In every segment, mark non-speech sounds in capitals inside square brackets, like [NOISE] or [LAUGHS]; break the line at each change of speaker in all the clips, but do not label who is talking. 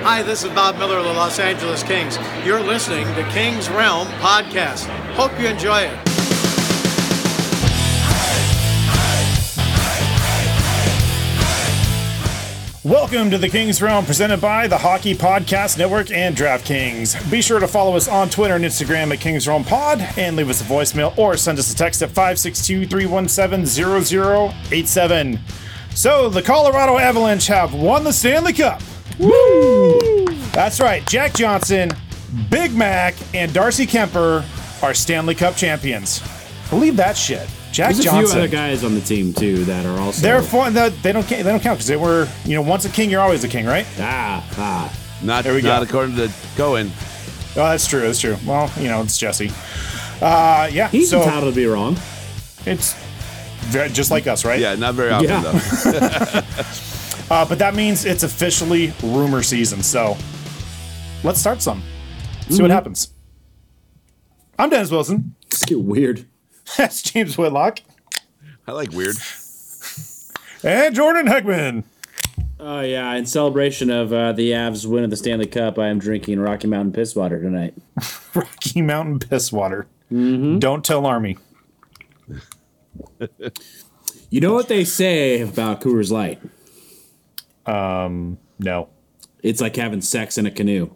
Hi, this is Bob Miller of the Los Angeles Kings. You're listening to King's Realm podcast. Hope you enjoy it.
Welcome to the Kings Realm, presented by the Hockey Podcast Network and DraftKings. Be sure to follow us on Twitter and Instagram at Kings Realm Pod and leave us a voicemail or send us a text at 562 317 0087. So, the Colorado Avalanche have won the Stanley Cup. Woo! That's right, Jack Johnson, Big Mac, and Darcy Kemper are Stanley Cup champions. Believe that shit. Jack
There's
Johnson.
a few other guys on the team too that are also.
They're fun. They don't. ca- They don't count because they were. You know, once a king, you're always a king, right?
ah ah.
Not,
There we
not
go.
according to Cohen.
Oh, that's true. That's true. Well, you know, it's Jesse. Uh, yeah.
He's
so
entitled to be wrong.
it's very, just like us, right?
Yeah, not very often
Yeah.
though.
[LAUGHS]
[LAUGHS]
Uh, but that means it's officially rumor season. So let's start some. See
Mm-hmm.
what happens. I'm Dennis Wilson.
It's get weird.
[LAUGHS] That's James Whitlock
I like weird.
and Jordan Heckman.
Oh yeah! In celebration of [LAUGHS] uh, the Avs' win of the Stanley Cup, I am drinking Rocky Mountain piss water tonight.
Rocky Mountain piss water. Don't tell Army.
You know what they say about Coors Light?
Um, No.
It's like having sex in a canoe.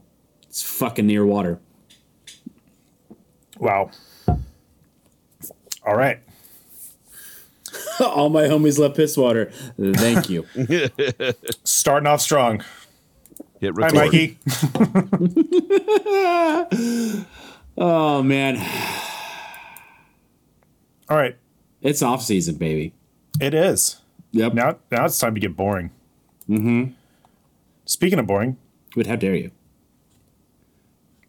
It's fucking near water.
Wow. All right.
All my homies love piss water. Thank you.
[LAUGHS] Starting off strong.
Hit
Hi,
record.
Mikey.
oh man,
All right.
it's off season, baby.
It is.
Yep.
Now, now it's time to get boring. Mm-hmm. Speaking of boring,
But how dare you?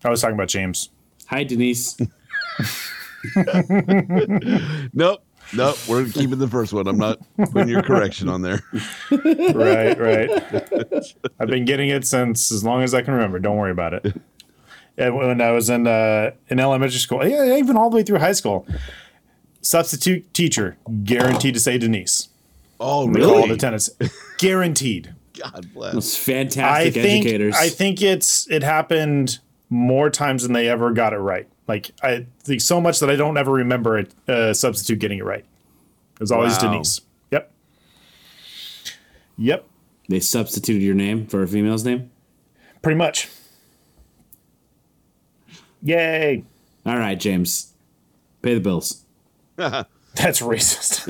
I was talking about James.
Hi,
[LAUGHS]
Denise.
Nope. Nope. We're keeping the first one. I'm not putting your correction on there.
Right, [LAUGHS] right. I've been getting it since as long as I can remember. Don't worry about it. And when I was in uh, in elementary school, yeah, even all the way through high school, substitute teacher guaranteed to say Denise.
Oh,
All
really?
the tennis, guaranteed.
God bless.
Those
I
fantastic
think
educators.
I think it's it happened more times than they ever got it right. Like I think so much that I don't ever remember a uh, substitute getting it right. It was always
Wow.
Denise. Yep. Yep.
they substituted your name for a female's name.
Pretty much. Yay.
All right, James, pay the bills.
That's racist.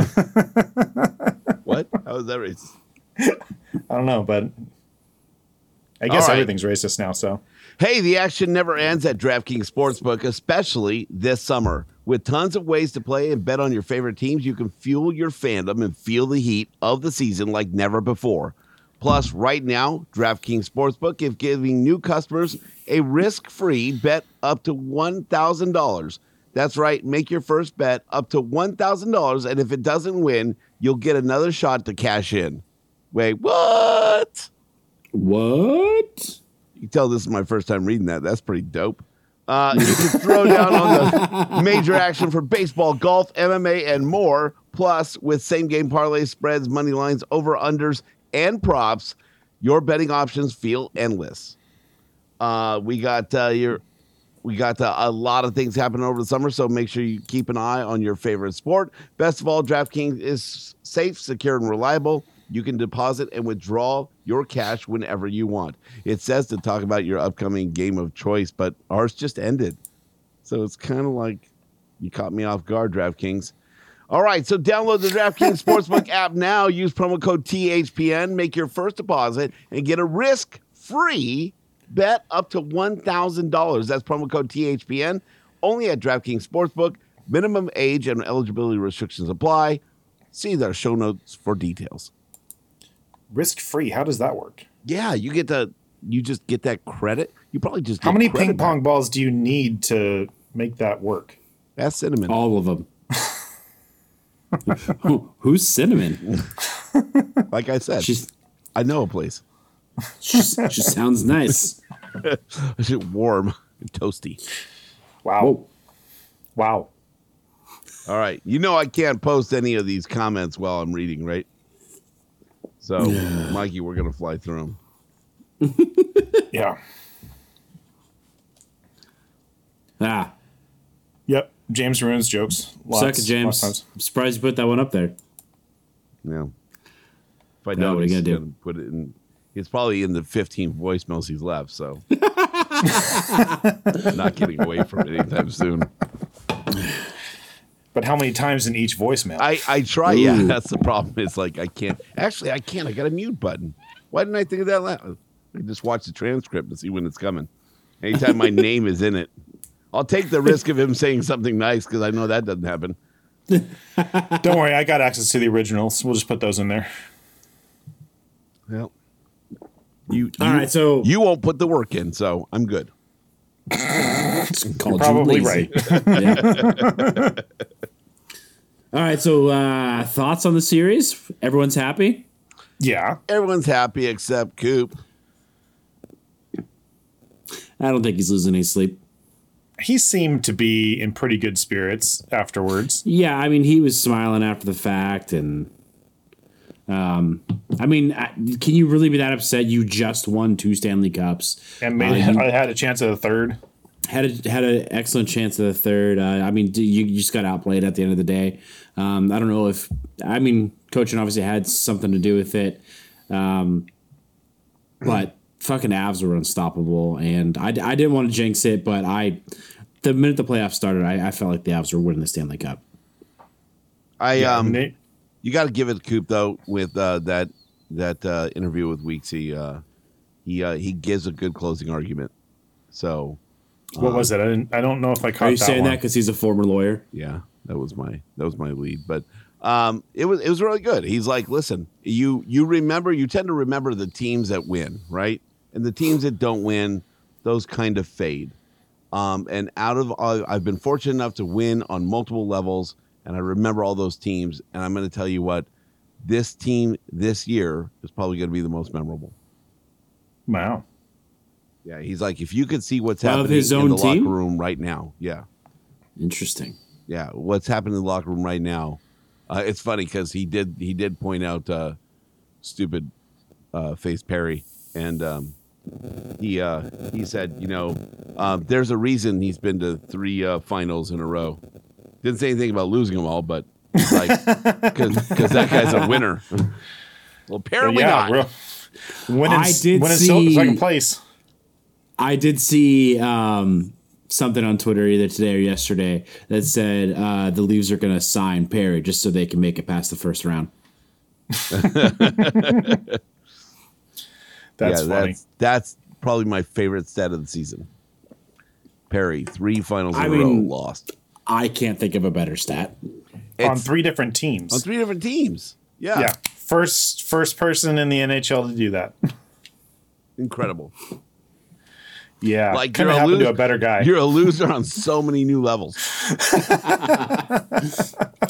[LAUGHS]
What? How is that racist?
I don't know, but I guess
right.
everything's racist now. So
Hey, the action never ends at DraftKings Sportsbook, especially this summer. With tons of ways to play and bet on your favorite teams, you can fuel your fandom and feel the heat of the season like never before. Plus, right now, DraftKings Sportsbook is giving new customers a risk free bet up to $1,000. That's right, make your first bet up to $1,000, and if it doesn't win, you'll get another shot to cash in. Wait, what?
What?
you can tell this is my first time reading that. That's pretty dope. Uh, you can throw down on the major action for baseball, golf, MMA, and more. Plus, with same game parlay spreads, money lines, over unders, and props, your betting options feel endless. Uh, we got uh, your, we got uh, a lot of things happening over the summer, so make sure you keep an eye on your favorite sport. Best of all, DraftKings is safe, secure, and reliable. You can deposit and withdraw your cash whenever you want. It says to talk about your upcoming game of choice, but ours just ended. So it's kind of like you caught me off guard, DraftKings. All right, so download the DraftKings Sportsbook app now. Use promo code THPN, make your first deposit, and get a risk free bet up to $1,000. That's promo code THPN only at DraftKings Sportsbook. Minimum age and eligibility restrictions apply. See their show notes for details.
Risk free. How does that work?
Yeah, you get the you just get that credit. You probably just
How
get
many
credit
ping pong
back.
balls do you need to make that work?
That's cinnamon.
Oh,
All of them. Who, who's cinnamon?
Like I said,
She's,
I know a place. [LAUGHS]
she's, she sounds nice.
It's warm and toasty.
Wow. Wow.
All right. You know I can't post any of these comments while I'm reading, right? So, Mikey, we're going to fly through them.
Yeah.
Ah,
Yep. James ruins jokes.
suck
Lots-
it, James.
lots of times.
I'm surprised you put that one up there.
Yeah. If I
Yeah,
know
what are you
he's
gonna do?
gonna put it in, it's probably in the 15 voicemails he's left. So,
[LAUGHS]
not getting away from it anytime soon.
But how many times in each voicemail?
I, I try. Yeah,
Ooh.
that's the problem. It's like I can't. Actually, I can't. I got a mute button. Why didn't I think of that? Last? I just watch the transcript and see when it's coming. Anytime
[LAUGHS]
my name is in it, I'll take the risk of him saying something nice because I know that doesn't happen.
Don't worry, I got access to the originals. We'll just put those in there.
Well, you. you
All right, so
you won't put the work in, so I'm good.
called [LAUGHS]
probably
right. [LAUGHS] All right, so uh, thoughts on the series? Everyone's happy.
Yeah.
Everyone's happy except Coop.
I don't think he's losing any sleep.
He seemed to be in pretty good spirits afterwards.
Yeah, I mean, he was smiling after the fact, and um, I mean, I, can you really be that upset? You just won two Stanley Cups
And made,
Uh, you-
I had a chance at a third.
had a, had an excellent chance at the third. Uh, I mean, d- you, you just got outplayed at the end of the day. Um, I don't know if I mean coaching obviously had something to do with it, um, but fucking Avs were unstoppable, and I, I didn't want to jinx it, but I the minute the playoffs started, I, I felt like the Avs were winning the Stanley Cup.
I um.
Nate-
You got to give it to Coop though with uh, that that uh, interview with Weeksy. Uh, he uh, he gives a good closing argument. So
what was it? I, didn't, I don't know if I caught
Um, Are you
that
saying
one.
that because he's a former lawyer?
yeah, that was my that was my lead. But um, it was it was really good. He's like, listen, you you remember you tend to remember the teams that win, right? And the teams that don't win, those kind of fade. Um, and out of I- I've been fortunate enough to win on multiple levels, and I remember all those teams. And I'm going to tell you what, this team this year is probably going to be the most memorable.
Wow.
Yeah, he's like, if you could see what's
Of
happening
his
in
own
the
team?
locker room right now, yeah,
Interesting.
yeah, what's happening in the locker room right now? Uh, it's funny because he did he did point out uh, stupid uh, face Perry, and um, he uh, he said, you know, um, there's a reason he's been to three uh, finals in a row. Didn't say anything about losing them all, but
[LAUGHS]
like, because that guy's a winner. [LAUGHS] well,
But
apparently
yeah.
not.
real- When
I
it's,
did
when it's still
see-
second place.
I did see um, something on Twitter either today or yesterday that said uh, the Leaves are going to sign Perry just so they can make it past the first round.
That's funny.
that's that's probably my favorite stat of the season. Perry, three finals in
I
a
mean-
row, lost
I can't think of a better stat.
on
It's-
three different teams.
on three different teams. Yeah,
yeah. First first person in the NHL to do that. [LAUGHS]
incredible.
Yeah.
Like
couldn't
you're a
happen
loser-
to a better guy.
You're a loser on so many new levels.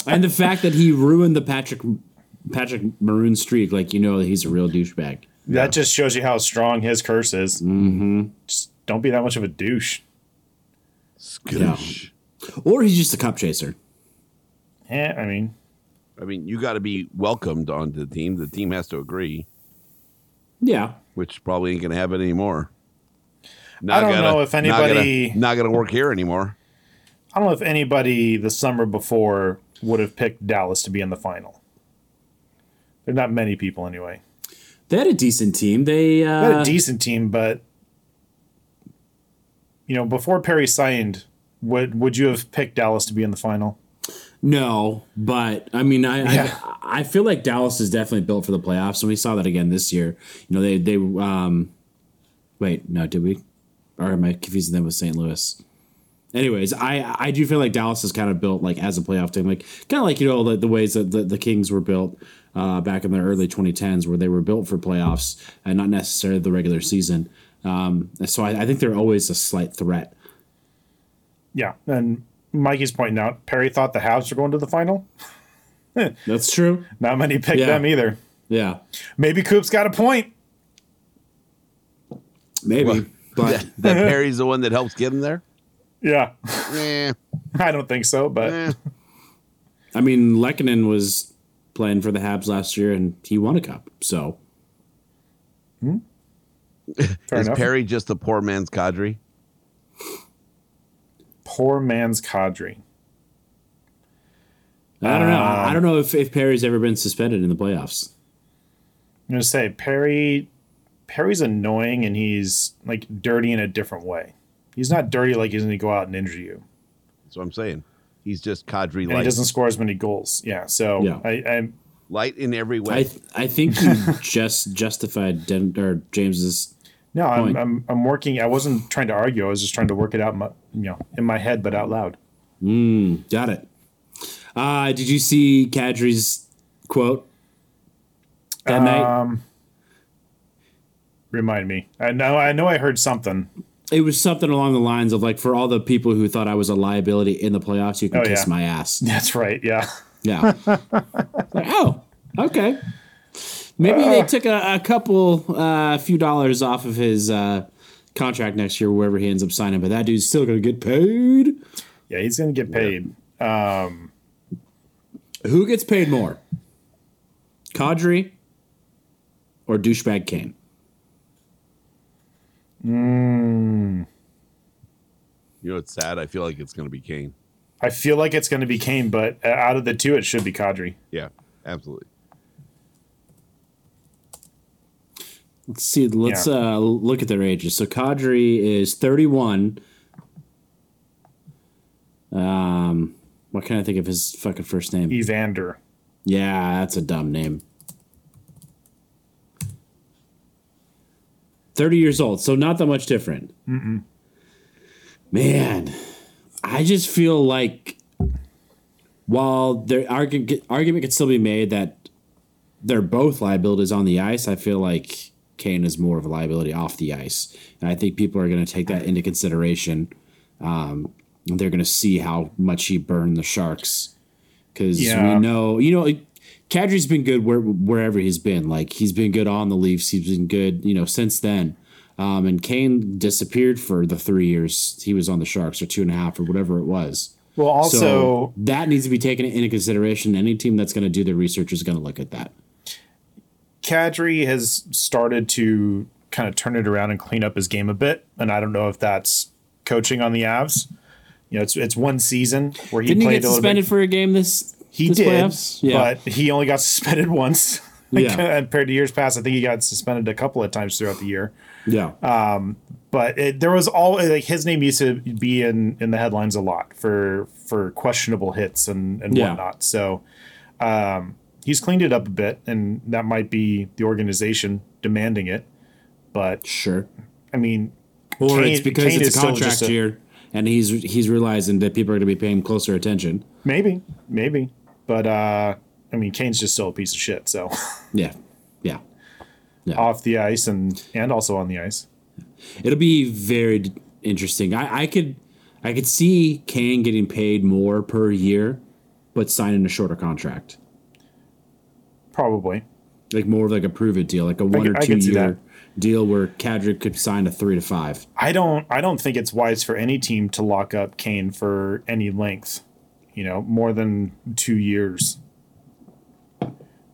And the fact that he ruined the Patrick Patrick Maroon streak, like you know that he's a real douchebag.
That just shows you how strong his curse is. Mm-hmm. Just don't be that much of a douche.
Skoosh.
Or he's just a cup chaser.
Yeah, Eh, I mean,
I mean, you got to be welcomed onto the team. The team has to agree,
Yeah.
which probably ain't gonna happen anymore. Not
I don't
gonna-
know if
not gonna-
anybody-
not gonna work here
[LAUGHS]
anymore.
I don't know if anybody the summer before would have picked Dallas to be in the final. They're not many people anyway.
They had a decent team. They uh,
Not a decent team, but you know, before Perry signed, would would you have picked Dallas to be in the final?
No, but I mean, I,
Yeah.
I I feel like Dallas is definitely built for the playoffs, and we saw that again this year. You know, they they um, wait, no, did we? Or am I confusing them with St. Louis? Anyways, I I do feel like Dallas is kind of built like as a playoff team, like kind of like you know the, the ways that the, the Kings were built uh, back in the early 2010s, where they were built for playoffs and not necessarily the regular season. Um, so I, I think they're always a slight threat.
Yeah, and Mikey's pointing out Perry thought the Habs were going to the final.
That's true.
Not many picked
Yeah.
them either.
Yeah,
Maybe Coop's got a point.
maybe. but
that, that Perry's the one that helps get him there.
[LAUGHS] Yeah,
Eh,
[LAUGHS] I don't think so, but
eh.
I mean, Lekanen was playing for the Habs last year and he won a cup. So
fair
Is
enough.
Perry just a poor man's Kadri?
Poor man's Kadri.
I don't know.
Um,
I I don't know if, if Perry's ever been suspended in the playoffs.
I'm gonna say Perry. Perry's annoying, and he's like dirty in a different way. He's not dirty like he's gonna go out and injure you,
That's what I'm saying. He's just Kadri
and he
light,
doesn't score as many goals. Yeah, so
Yeah.
I, I
light in every way.
I I think
[LAUGHS]
you just justified Den- or James's.
no, I'm,
Point.
I'm I'm working. I wasn't trying to argue. I was just trying to work it out, in my, you know, in my head, but out loud.
Hmm, Got it. Uh, did you see Kadri's quote that night?
Um, Remind me. I know. I know. I heard something.
It was something along the lines of like, for all the people who thought I was a liability in the playoffs, you can
Oh,
kiss
yeah.
my ass.
[LAUGHS] That's right. Yeah.
Yeah. like, oh, okay. Maybe they took a, a couple, a few dollars off of his uh, contract next year, wherever he ends up signing. But that dude's still going to get paid.
Yeah. He's gonna get paid.
Who gets paid more, Kadri or douchebag Kane?
you know, it's sad. I feel like it's going to be Kane.
I feel like it's gonna be Kane, but uh, out of the two, it should be Kadri.
Yeah, absolutely.
Let's see. Let's
Yeah.
uh, look at their ages. So Kadri is thirty-one. Um, what can I think of his fucking first uh, name?
Evander.
Yeah, that's a dumb name. 30 years old, so not that much different. Mm-mm. Man, I just feel like while their argu- argument could still be made that they're both liabilities on the ice, I feel like Kane is more of a liability off the ice. And I think people are going to take that into consideration. Um, they're going to see how much he burned the Sharks because
Yeah.
we know, you know, Kadri's been good where, wherever he's been. Like he's been good on the Leafs. He's been good, you know, since then. Um, and Kane disappeared for the three years he was on the Sharks, or two and a half, or whatever it was.
Well, also.
so that needs to be taken into consideration. Any team that's going to do their research is going to look at that.
Kadri has started to kind of turn it around and clean up his game a bit, and I don't know if that's coaching on the Avs. You know, it's it's one season where he
Didn't he
played
get
a little
suspended
bit.
for a game this?
he
this
did,
playoffs? Yeah.
but he only got [LAUGHS] suspended once.
Yeah.
[LAUGHS] compared to years past, I think he got suspended a couple of times throughout the year.
yeah.
But it, there was all like his name used to be in in the headlines a lot for for questionable hits and and
Yeah.
whatnot. So um, he's cleaned it up a bit, and that might be the organization demanding it. But
sure.
I mean,
Or
Kane-
it's because
Kane is
it's a
still
contract
just a-
year, and he's he's realizing that people are going to be paying closer attention.
maybe, maybe, but uh, I mean, Kane's just still a piece of shit. So
Yeah. Yeah.
[LAUGHS] off the ice and and also on the ice.
It'll be very d- interesting. I, I could I could see Kane getting paid more per year, but signing a shorter contract,
Probably
like more of like a prove it deal, like a one
could-
or
I
two
could see
year deal where Kadri could sign a three to five.
I don't I don't think it's wise for any team to lock up Kane for any length, you know, more than two years.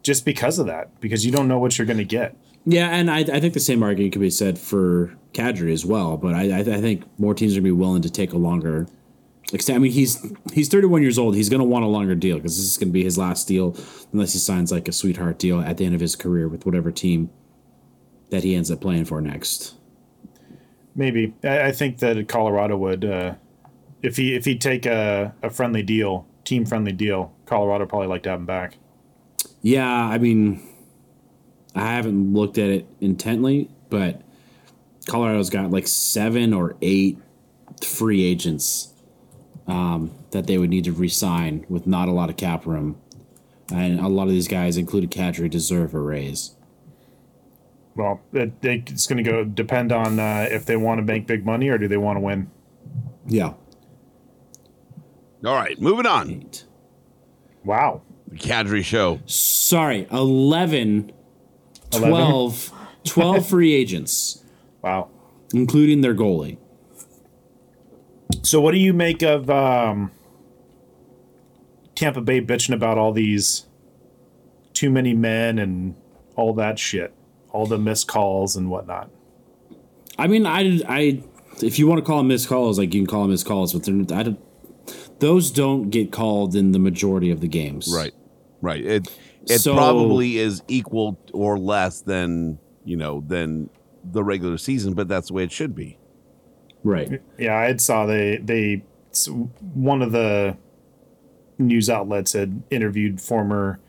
Just because of that, because you don't know what you're going to get.
Yeah, and I, I think the same argument could be said for Kadri as well. But I I, I think more teams are going to be willing to take a longer extend. I mean, he's he's 31 years old. He's going to want a longer deal because this is going to be his last deal, unless he signs like a sweetheart deal at the end of his career with whatever team that he ends up playing for next.
Maybe I, I think that Colorado would, uh, if he if he'd take a, a friendly deal, team friendly deal, Colorado would probably like to have him back.
Yeah, I mean, I haven't looked at it intently, but Colorado's got like seven or eight free agents um, that they would need to re-sign with not a lot of cap room, and a lot of these guys, including Kadri, deserve a raise.
Well, it, it- it's going to go depend on uh, if they want to make big money or do they want to win.
Yeah,
All right, moving on.
eight.
Wow,
The Kadri show.
Sorry, 11, 12, 12 free agents,
wow.
including their goalie.
So what do you make of um, Tampa Bay bitching about all these too many men and all that shit, all the missed calls and whatnot?
I mean, I, I, if you want to call them missed calls, like you can call them missed calls, but they're, I don't, those don't get called in the majority of the games.
Right, right. It it
So-
probably is equal or less than you know than the regular season, but that's the way it should be.
Right.
Yeah, I had saw they they s- one of the news outlets had interviewed former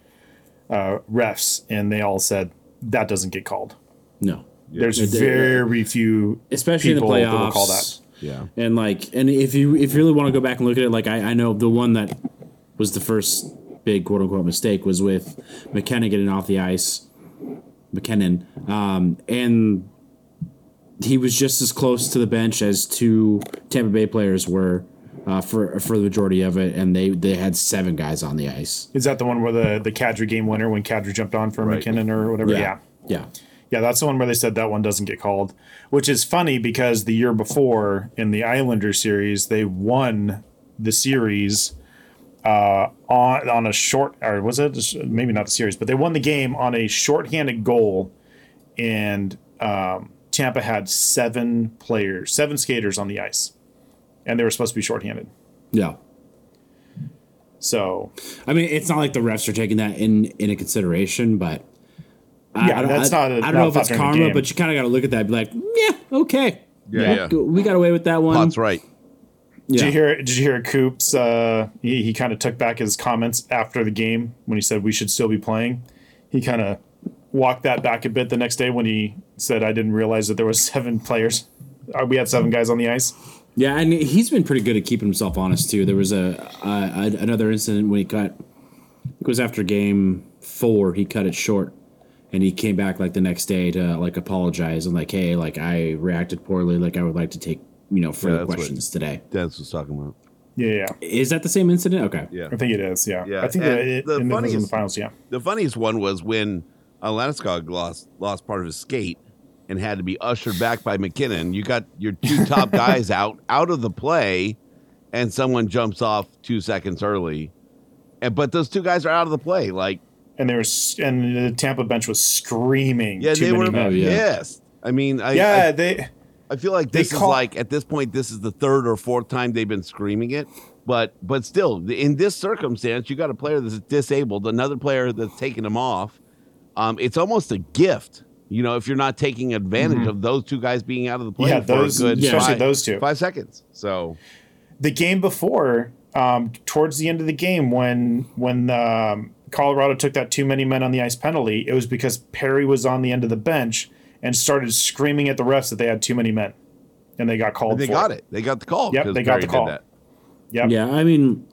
uh, refs, and they all said that doesn't get called.
No.
There's
It- it-
very few,
Especially in the
people that
playoffs.
will call that.
Yeah.
And like, and if you, if you really want to go back and look at it, like I, I know the one that was the first big quote unquote mistake was with McKenna getting off the ice. McKinnon, um, and he was just as close to the bench as two Tampa Bay players were uh, for for the majority of it, and they they had seven guys on the ice.
Is that the one where the the Kadri game winner when Kadri jumped on for McKinnon or whatever? yeah.
yeah,
Yeah, that's the one where they said that one doesn't get called, which is funny because the year before in the Islander series, they won the series uh, on on a short or was it a sh- maybe not the series, but they won the game on a shorthanded goal, and um, Tampa had seven players, seven skaters on the ice, and they were supposed to be shorthanded.
yeah.
So
I mean, it's not like the refs are taking that in into consideration, but I,
Yeah,
I don't,
that's
I,
not a-
I don't
not
know if
a
it's
factor in the
karma,
game.
but you kind of got to look at that, and be like, yeah, okay,
Yeah, yeah.
we got away with that one.
That's right.
Yeah.
Did you hear? Did you hear? Coops. Uh, he he kind of took back his comments after the game when he said we should still be playing. He kind of walked that back a bit the next day when he said, "I didn't realize that there was [LAUGHS] seven players. Uh, we had seven guys on the ice."
Yeah, and he's been pretty good at keeping himself honest too. There was a, a, a another incident when he cut. It was after game four. He cut it short, and he came back like the next day to like apologize and like, hey, like I reacted poorly. Like I would like to take you know further
that's what-
questions today.
That's what's talking about.
Yeah, yeah, yeah.
Is that the same incident? Okay.
Yeah.
I think it is. Yeah,
Yeah,
I
and
think that it,
the
and it was in the
funniest-
finals. Yeah,
The funniest one was when Alaskog lost lost part of his skate and had to be ushered back by McKinnon. You got your two top guys out out of the play, and someone jumps off two seconds early, and but those two guys are out of the play. Like
and they were s- and the Tampa bench was screaming.
yeah,
too
they
many
were
men.
yeah.
yes. I mean, I,
Yeah,
I-
they.
I feel like
They
this
call-
is like at this point, this is the third or fourth time they've been screaming it. But but still, th- in this circumstance, you got a player that's disabled, another player that's taking him off. Um, it's almost a gift, you know, if you're not taking advantage of those two guys being out of the play
Mm-hmm. Yeah,
for
those-
a good
especially
five,
those two.
five seconds. So
the game before, um, towards the end of the game, when when um, Colorado took that too many men on the ice penalty, it was because Perry was on the end of the bench and started screaming at the refs that they had too many men, and they got called.
they
for
got it. They got the call.
Yep,
because
they got
Barry
the
did
call.
that.
Yep.
Yeah, I mean,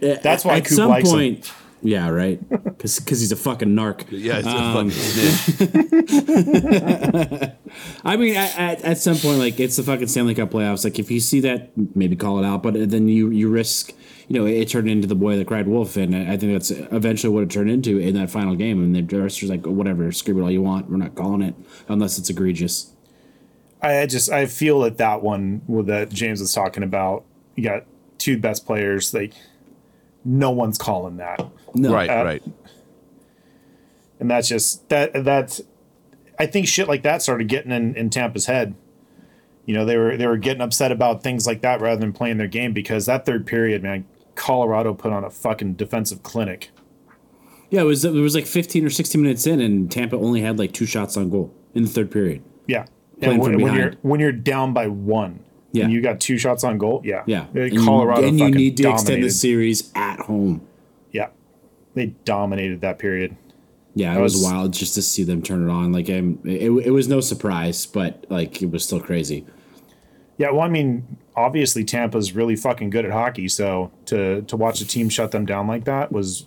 That's why
at
Coop
some
likes him.
point, yeah, right, because he's a fucking narc.
Yeah, it's a
Um,
fucking snitch.
I mean, at, at, at some point, like it's the fucking Stanley Cup playoffs. Like if you see that, maybe call it out. But then you you risk, you know, it, turned into the boy that cried wolf, and I I think that's eventually what it turned into in that final game. And the director's like, whatever, scream it all you want. We're not calling it unless it's egregious.
I I just I feel that that one with that James was talking about, you got two best players. Like no one's calling that,
No,
right,
Uh,
right.
and that's just that that's. I think shit like that started getting in, in Tampa's head. You know, they were they were getting upset about things like that rather than playing their game because that third period, man, Colorado put on a fucking defensive clinic.
Yeah, it was it was like 15 or 16 minutes in, and Tampa only had like two shots on goal in the third period.
Yeah.
Playing
And
from
when, when you're
behind.
when you're down by one
Yeah.
and you got two shots on goal, yeah.
Yeah,
Uh,
And you-
Colorado.
And you
fucking
need to extend the
dominated.
series at home.
Yeah. They dominated that period.
Yeah, it was,
was-
wild just to see them turn it on. Like, I'm, it, it was no surprise, but like it was still crazy.
Yeah, well, I mean, obviously Tampa's really fucking good at hockey, so to to watch a team shut them down like that was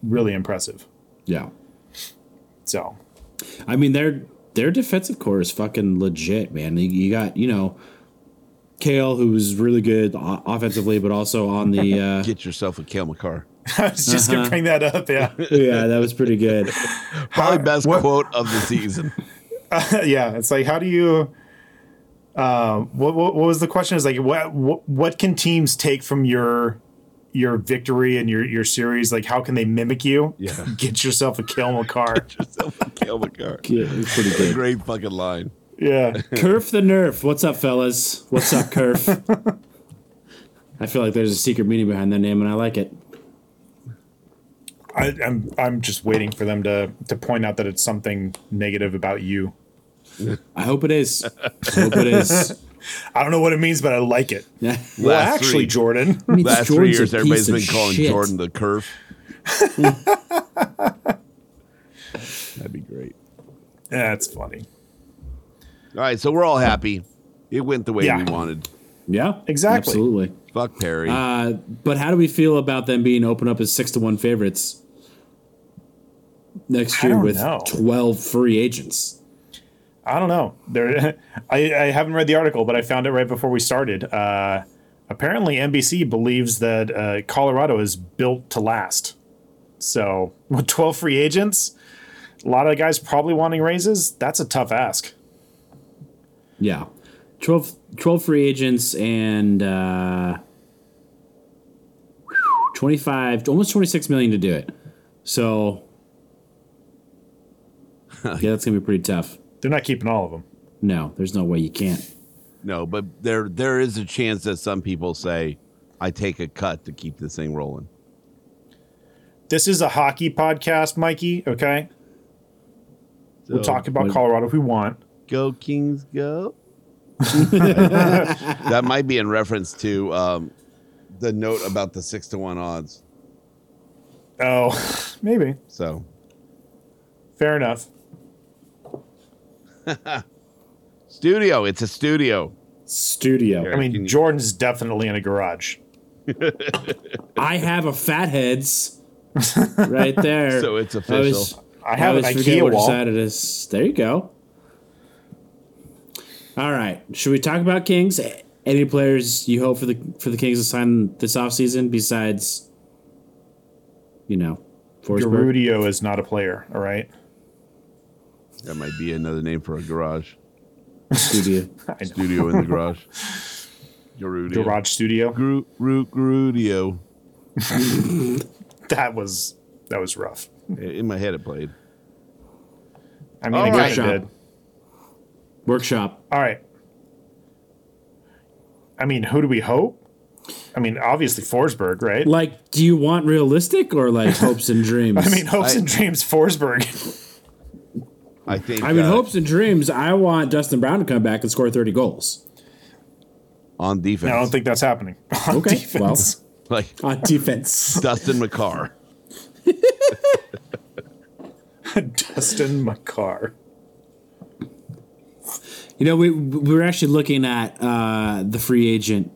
really impressive.
Yeah,
So [LAUGHS]
I mean their their defensive core is fucking legit, man. You- You got you know, Kale who was really good o- offensively, but also on the
[LAUGHS]
uh,
Get yourself a Kale McCarr.
I was just gonna bring that up. Yeah,
yeah, that was pretty good.
Probably best quote of the season. [LAUGHS]
yeah. It's like, how do you? Uh, what, what what was the question? Is like, what, what what can teams take from your your victory and your your series? Like, how can they mimic you?
Yeah.
[LAUGHS] get yourself a Kale McCarr.
yourself a Kale McCarr.
Yeah, it was pretty good.
Great fucking line.
yeah,
Kerf the Nerf. What's up, fellas? What's up, Kerf? I feel like there's a secret meaning behind that name, and I like it.
I, I'm I'm just waiting for them to to point out that it's something negative about you.
I hope it is. I hope
[LAUGHS]
it is.
I don't know what it means, but I like it.
Yeah.
Well,
Last
actually,
three- [LAUGHS]
Jordan.
Means
Last three
Jordan's a
years, everybody's
piece
been
of
calling
shit.
Jordan the
[LAUGHS]
curve. That'd be great.
That's funny.
All right, so we're all happy. It went the way
Yeah.
we wanted.
Yeah,
Exactly.
Absolutely.
Fuck Perry.
Uh, but how do we feel about them being open up as six to one favorites next
I
year
don't
with
know.
twelve free agents?
I don't know. There, [LAUGHS] I, I haven't read the article, but I found it right before we started. Uh, apparently, NBC believes that uh, Colorado is built to last. So, with 12 free agents, a lot of guys probably wanting raises. That's a tough ask.
Yeah, 12, 12 free agents and uh, twenty five, almost twenty six million to do it.
[LAUGHS]
So yeah, that's gonna be pretty tough.
They're not keeping all of them.
No, there's no way you can't.
no, but there there is a chance that some people say, "I take a cut to keep this thing rolling."
This is a hockey podcast, Mikey. Okay. we'll
So,
talk about
what-
Colorado if we want.
Go Kings, go.
[LAUGHS]
that might be in reference to um, the note about the six to one odds.
Oh, [LAUGHS] maybe.
So
Fair enough.
studio, it's a studio.
Studio.
I mean, Jordan's definitely in a garage.
[LAUGHS] I have a fatheads right
[LAUGHS]
there.
So it's
I always-
official.
I have an
always forget
IKEA
which
wall.
side it is. There you go. All right. Should we talk about Kings? Any players you hope for the for the Kings to sign this offseason besides, you know, Forsberg?
Garudio is not a player. All right.
That might be another name for a garage.
[LAUGHS]
Studio.
[LAUGHS] Studio in the garage. Garudio.
Garage Studio. [LAUGHS]
Gru- Gru- Garudio.
That was that was rough.
In my head, it played.
I mean, it
All right.
kinda did.
Workshop.
All right. I mean, who do we hope? I mean, obviously Forsberg, right?
Like, do you want realistic or like hopes
[LAUGHS]
and dreams?
I mean, hopes
I-
and dreams Forsberg. [LAUGHS]
I think.
I mean,
uh,
hopes and dreams. I want Dustin Brown to come back and score 30 goals.
on defense.
I don't think that's happening. [LAUGHS] On
Okay,
defense.
[LAUGHS] like
On [LAUGHS] defense.
Dustin McCarr.
[LAUGHS] Dustin McCarr.
You know, we we were actually looking at uh, the free agent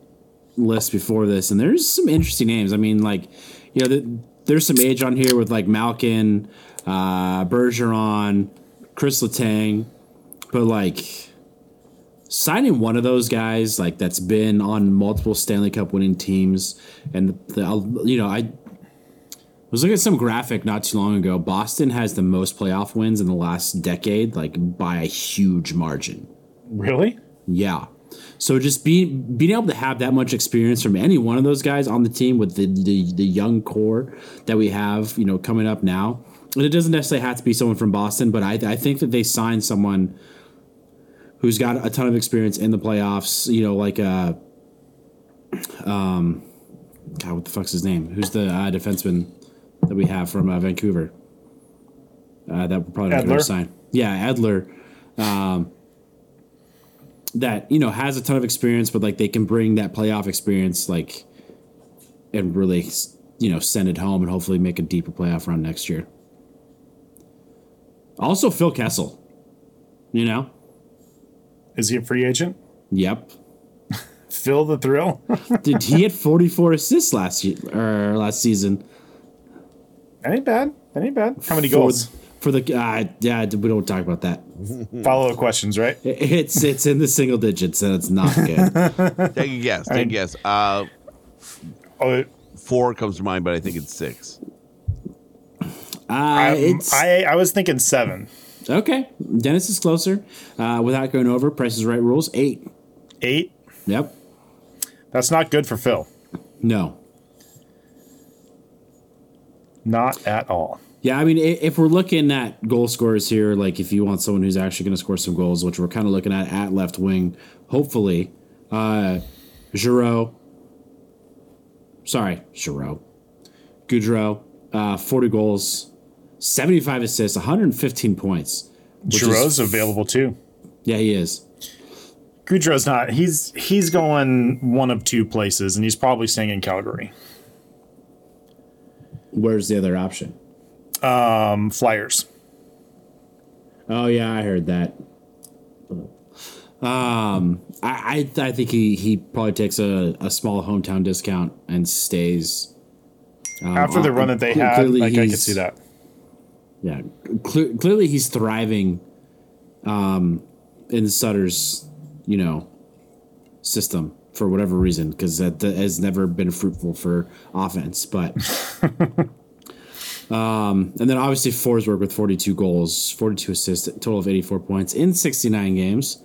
list before this, and there's some interesting names. I mean, like, you know, th there's some age on here with like Malkin, uh, Bergeron, Chris Letang, but like signing one of those guys like that's been on multiple Stanley Cup winning teams, and the, the you know I was looking at some graphic not too long ago. Boston has the most playoff wins in the last decade, like by a huge margin.
Really?
Yeah. So just being being able to have that much experience from any one of those guys on the team with the, the the young core that we have, you know, coming up now, and it doesn't necessarily have to be someone from Boston, but I I think that they signed someone who's got a ton of experience in the playoffs. You know, like uh, um, God, what the fuck's his name? Who's the uh, defenseman that we have from uh, Vancouver? Uh, that we're probably not going
Adler?
to sign. Yeah, Adler. Um, that you know has a ton of experience, but like they can bring that playoff experience, like, and really you know send it home and hopefully make a deeper playoff run next year. Also, Phil Kessel. You know?
Is he a free agent?
Yep.
Phil the Thrill? [LAUGHS]
Did he had 44 assists last year or last season?
That ain't bad. That ain't bad. How many
for,
goals?
for the uh, yeah? We don't talk about that.
Follow up questions, right?
It's it's in the single digits and it's not
[LAUGHS]
good. Uh,
Take a guess. Take a guess. Uh,
Oh,
four comes to mind, but I think it's six.
Uh,
I,
it's
I I was thinking seven,
okay. Dennis is closer. Uh, without going over, Price is Right rules eight.
eight.
Yep.
That's not good for Phil.
No.
Not at all.
Yeah, I mean, i- if we're looking at goal scorers here, like if you want someone who's actually going to score some goals, which we're kind of looking at at left wing, hopefully, uh, Giroux. Sorry, Giroux. Goudreau, uh, 40 goals, 75 assists, 115 points. which is-
Giroux's available too.
Yeah, he is.
Goudreau's not. He's he's going one of two places, and he's probably staying in Calgary.
Where's the other option?
Um, Flyers.
Oh yeah, I heard that. Um, I I, I think he, he probably takes a, a small hometown discount and stays. um,
After the
on-
run that they
cle-
had,
clearly
like I could
he's-
see that.
Yeah, cle- clearly he's thriving, um, in Sutter's, you know, system for whatever reason because that, that has never been fruitful for offense. But, um, and then obviously Forsberg with forty two goals, forty two assists, total of eighty four points in sixty nine games.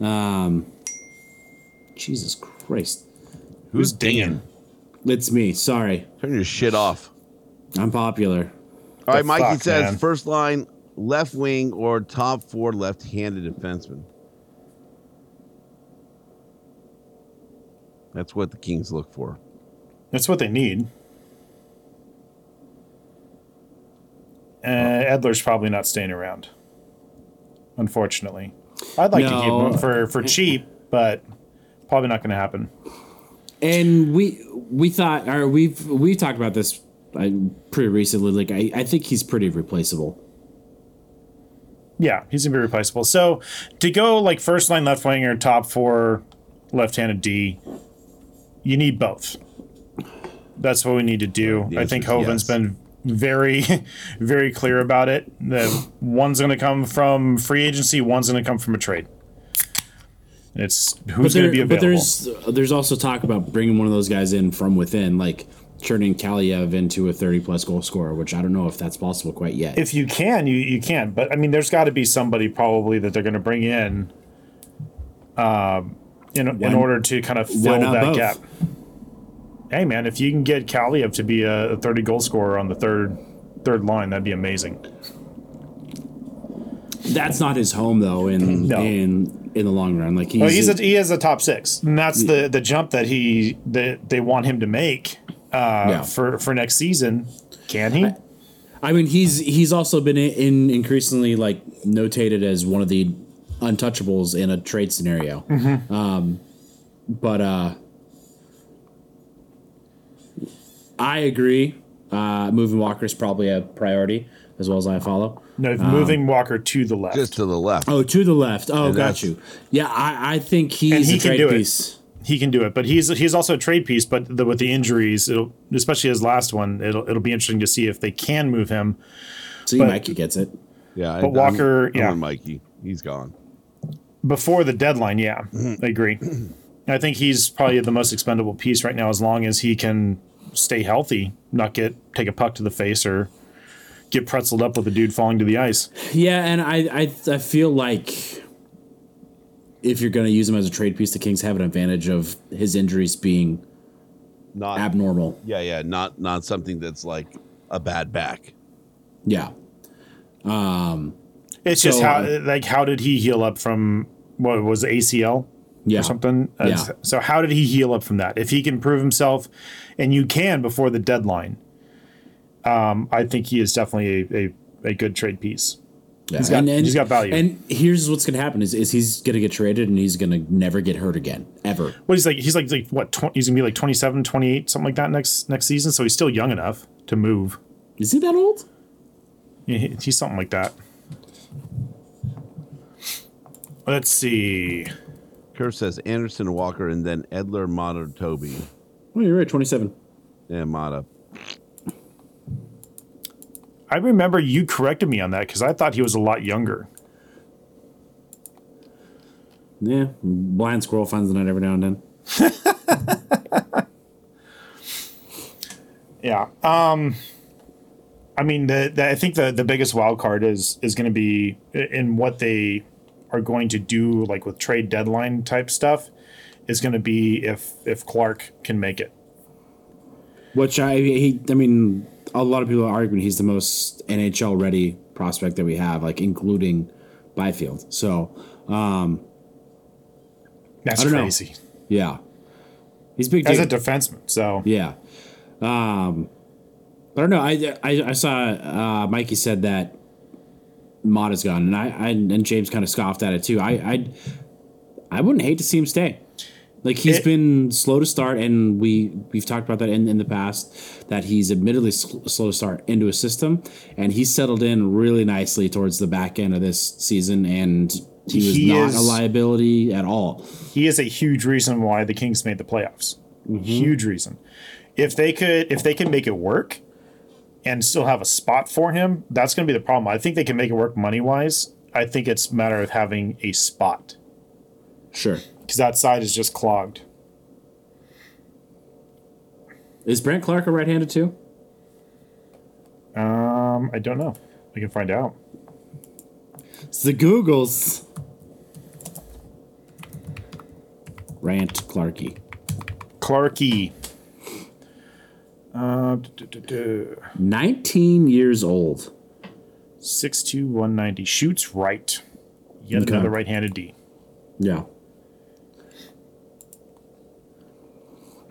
Um, Jesus Christ,
Who's dinging?
it's me. Sorry,
Turn your shit off.
I'm popular.
All right, Mikey
fuck,
says
man?
first line left wing or top four left handed defenseman. That's what the Kings look for.
That's what they need. Uh, Edler's probably not staying around. Unfortunately, I'd like to keep
No.
him
[LAUGHS]
for for cheap, but probably not going to happen.
and we we thought or we've we talked about this uh, pretty recently like I, I think he's pretty replaceable
Yeah, he's gonna be replaceable. So to go like first line left wing or top four left-handed D, you need both. That's what we need to do. I think
answer is
Hoven's
yes.
been very, [LAUGHS] very clear about it. The one's gonna come from free agency, one's gonna come from a trade. It's who's gonna be
but
available.
there's there's also talk about bringing one of those guys in from within like turning Kaliev into a 30 plus goal scorer which I don't know if that's possible quite yet
if you can, you you can. But I mean, there's got to be somebody probably that they're going to bring in, um, in in order to kind of
why
fill
not
that
both?
gap. Hey man, if you can get Cali up to be a, a 30 goal scorer on the third third line, that'd be amazing.
that's not his home though in
No.
in in the long run like he's,
Well, he's a, he is a top six, and that's the the jump that he that they want him to make uh,
Yeah.
for for next season. Can he?
I mean, he's he's also been in, in increasingly like notated as one of the untouchables in a trade scenario. Um,
Mm-hmm.
but uh, I agree. Uh, moving Walker is probably a priority as well as I follow.
No, moving Walker to the left.
Just to the left.
Oh, to the left. Oh, got
that's-
you. Yeah, I, I think he's
he
a
can
trade
do it.
piece.
he can do it. But he's he's also a trade piece. But the, with the injuries, it'll, especially his last one, it'll it'll be interesting to see if they can move him.
See,
But-
Mikey gets it.
Yeah, I-
But Walker,
I'm,
yeah.
I'm with Mikey, he's gone.
before the deadline. Yeah, I agree. I think he's probably the most expendable piece right now, as long as he can stay healthy, not get take a puck to the face or get pretzeled up with a dude falling to the ice.
Yeah, and I, I I feel like if you're going to use him as a trade piece, the Kings have an advantage of his injuries being
Not
abnormal.
yeah, yeah, not not something that's like a bad back.
Yeah,
It's just
So,
how
uh,
like how did he heal up from what was it, ACL
Yeah.
or something. Uh,
Yeah.
So how did he heal up from that? If he can prove himself, and you can before the deadline, um, I think he is definitely a, a, a good trade piece.
Yeah.
He's got- he's got value.
And here's what's going to happen is, is he's going to get traded and he's going to never get hurt again, ever.
Well, he's like he's like like what? 20, he's gonna be like 27, 28, something like that next next season. So he's still young enough to move.
Is he that old?
He- He's something like that. Let's see.
Kerr says Anderson Walker and then Edler Mata Toby.
Oh, you're right, 27.
Yeah, Mata.
I remember you corrected me on that because I thought he was a lot younger.
Yeah, blind squirrel finds the night every now and then.
Yeah. Um, I mean, the, the I think the the biggest wild card is is going to be in what they are going to do, like with trade deadline type stuff, is going to be if if Clark can make it.
Which I he, I mean, a lot of people are arguing he's the most NHL ready prospect that we have, like including Byfield. So um,
That's
I don't know.
crazy
yeah, he's big.
as a
dick.
defenseman. So
Yeah. Um, but I don't know. I, I, I saw uh, Mikey said that Mod is gone, and I, I and James kind of scoffed at it too. I I, I wouldn't hate to see him stay. Like he's
It-
been slow to start, and we we've talked about that in, in the past that he's admittedly sl- slow to start into a system, and he settled in really nicely towards the back end of this season, and he was
He
not
is-
a liability at all.
he is a huge reason why the Kings made the playoffs.
Mm-hmm.
Huge reason. If they could if they can make it work and still have a spot for him, that's going to be the problem. I think they can make it work money wise. I think it's a matter of having a spot
Sure.
because that side is just clogged.
Is Brent Clark a right-handed too?
Um, I don't know. We can find out.
It's the Googles. Rant Clarky.
Clarky. Uh, duh, duh, duh, duh.
19 years old.
6'2", 190. Shoots right. Yet
Okay.
another right-handed D.
Yeah.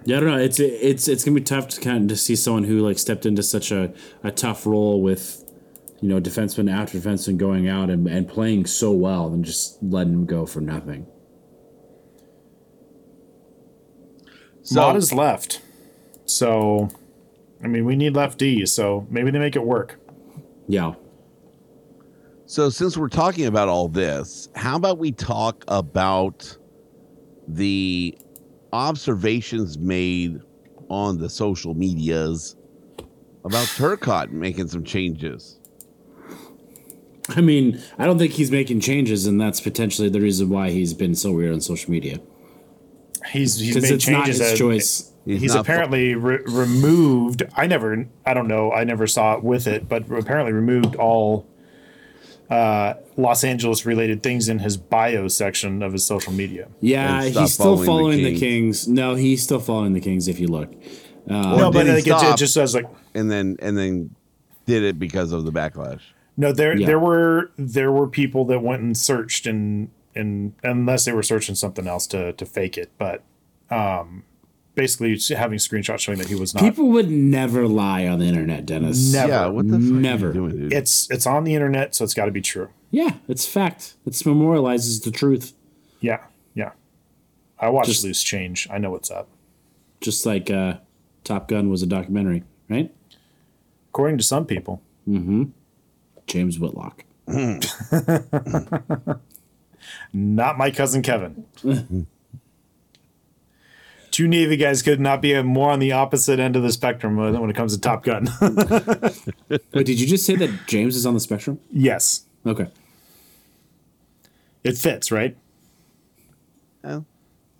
Yeah, I don't know. It's it's it's gonna be tough to kind of to see someone who like stepped into such a, a tough role with, you know, defenseman after defenseman going out and, and playing so well and just letting him go for nothing.
So
Mott is left. So, I mean, we need left D. So maybe they make it work.
Yeah.
So, since we're talking about all this, how about we talk about the observations made on the social medias about Turcotte making some changes?
I mean, I don't think he's making changes, and that's potentially the reason why he's been so weird on social media.
He's he's
Because
made
it's not
changes.
his
that-
choice.
He's,
not-
apparently re- removed. I never. I don't know. I never saw it with it, but apparently removed all uh, Los Angeles related things in his bio section of his social media.
Yeah,
and stop
he's still
following
following
the
the Kings. No, he's still following the Kings. If you look,
no,
did
but
he
like, it, it
stop?
just says like
and then and then did it because of the backlash.
no. There
Yeah.
there were there were people that went and searched and and unless they were searching something else to to fake it, but um, basically it's having screenshots showing that he was not.
people would never lie on the internet, Dennis.
Never.
Yeah, what the fuck are you
Never.
doing, dude?
it's it's on the internet, so it's got to be true.
Yeah, it's fact. It memorializes the truth.
Yeah, yeah. I watched
Just-
Loose Change. I know what's up.
Just like uh, Top Gun was a documentary, right?
According to some people,
James Whitlock.
not my cousin Kevin. Two Navy guys could not be more on the opposite end of the spectrum when when it comes to Top Gun. [LAUGHS]
Wait, did you just say that James is on the spectrum?
yes,
Okay.
it fits, right?
Eh,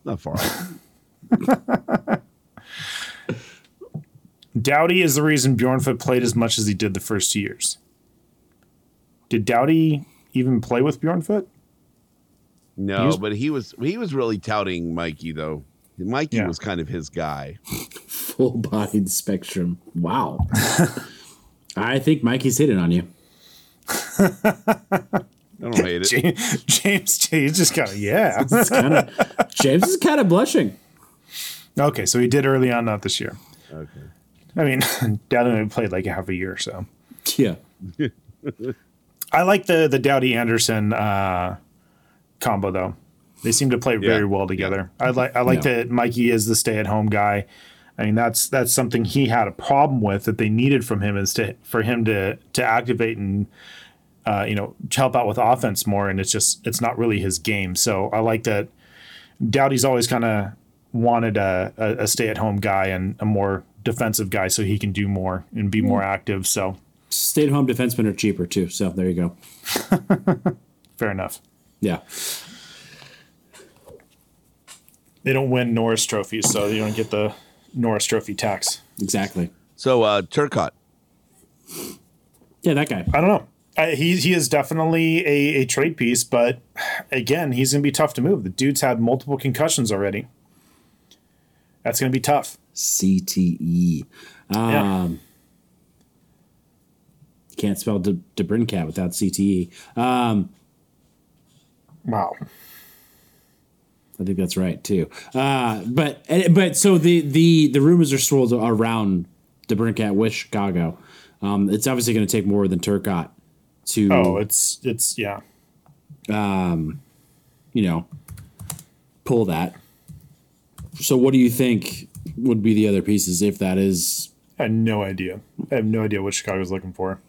not far. off.
Dowdy is the reason Bjornfoot played as much as he did the first two years. Did Dowdy even play with Bjornfoot? [LAUGHS]
No,
He was-
but he was he was really touting Mikey though. Mikey
Yeah.
was kind of his guy.
Full bodied spectrum. [LAUGHS] Wow. I think Mikey's hitting on you.
I don't
[LAUGHS]
hate it.
James, James G just kind of, yeah.
James is kind of blushing.
okay, so he did early on, not this year. Okay. I mean, [LAUGHS] Dowdy only played like half a year, so.
[LAUGHS] Yeah.
I like the the Dowdy Anderson uh, combo though. They seem to play very well together. I like I like
Yeah.
that Mikey is the stay at home guy. I mean that's that's something he had a problem with that they needed from him is to for him to to activate and uh, you know to help out with offense more and it's just it's not really his game. So I like that Dowdy's always kind of wanted a, a, a stay at home guy and a more defensive guy so he can do more and be more active. So
Stay at home defensemen are cheaper too. So there you go.
fair enough.
Yeah.
they don't win Norris trophies, so they don't get the Norris trophy tax.
Exactly.
So uh Turcotte.
Yeah, that guy.
I don't know. I, he he is definitely a, a trade piece, but again, he's going to be tough to move. The dude's had multiple concussions already. That's going to be tough.
CTE. Um,
Yeah.
Can't spell De- Debrincat without CTE. Um,
Wow.
I think that's right too. Uh, but and- but so the the the rumors are swirled around Debrincat with Chicago. Um, it's obviously going to take more than Turcotte to
Oh, it's it's yeah.
you know pull that. So what do you think would be the other pieces if that is
I have no idea. I have no idea what Chicago's looking for.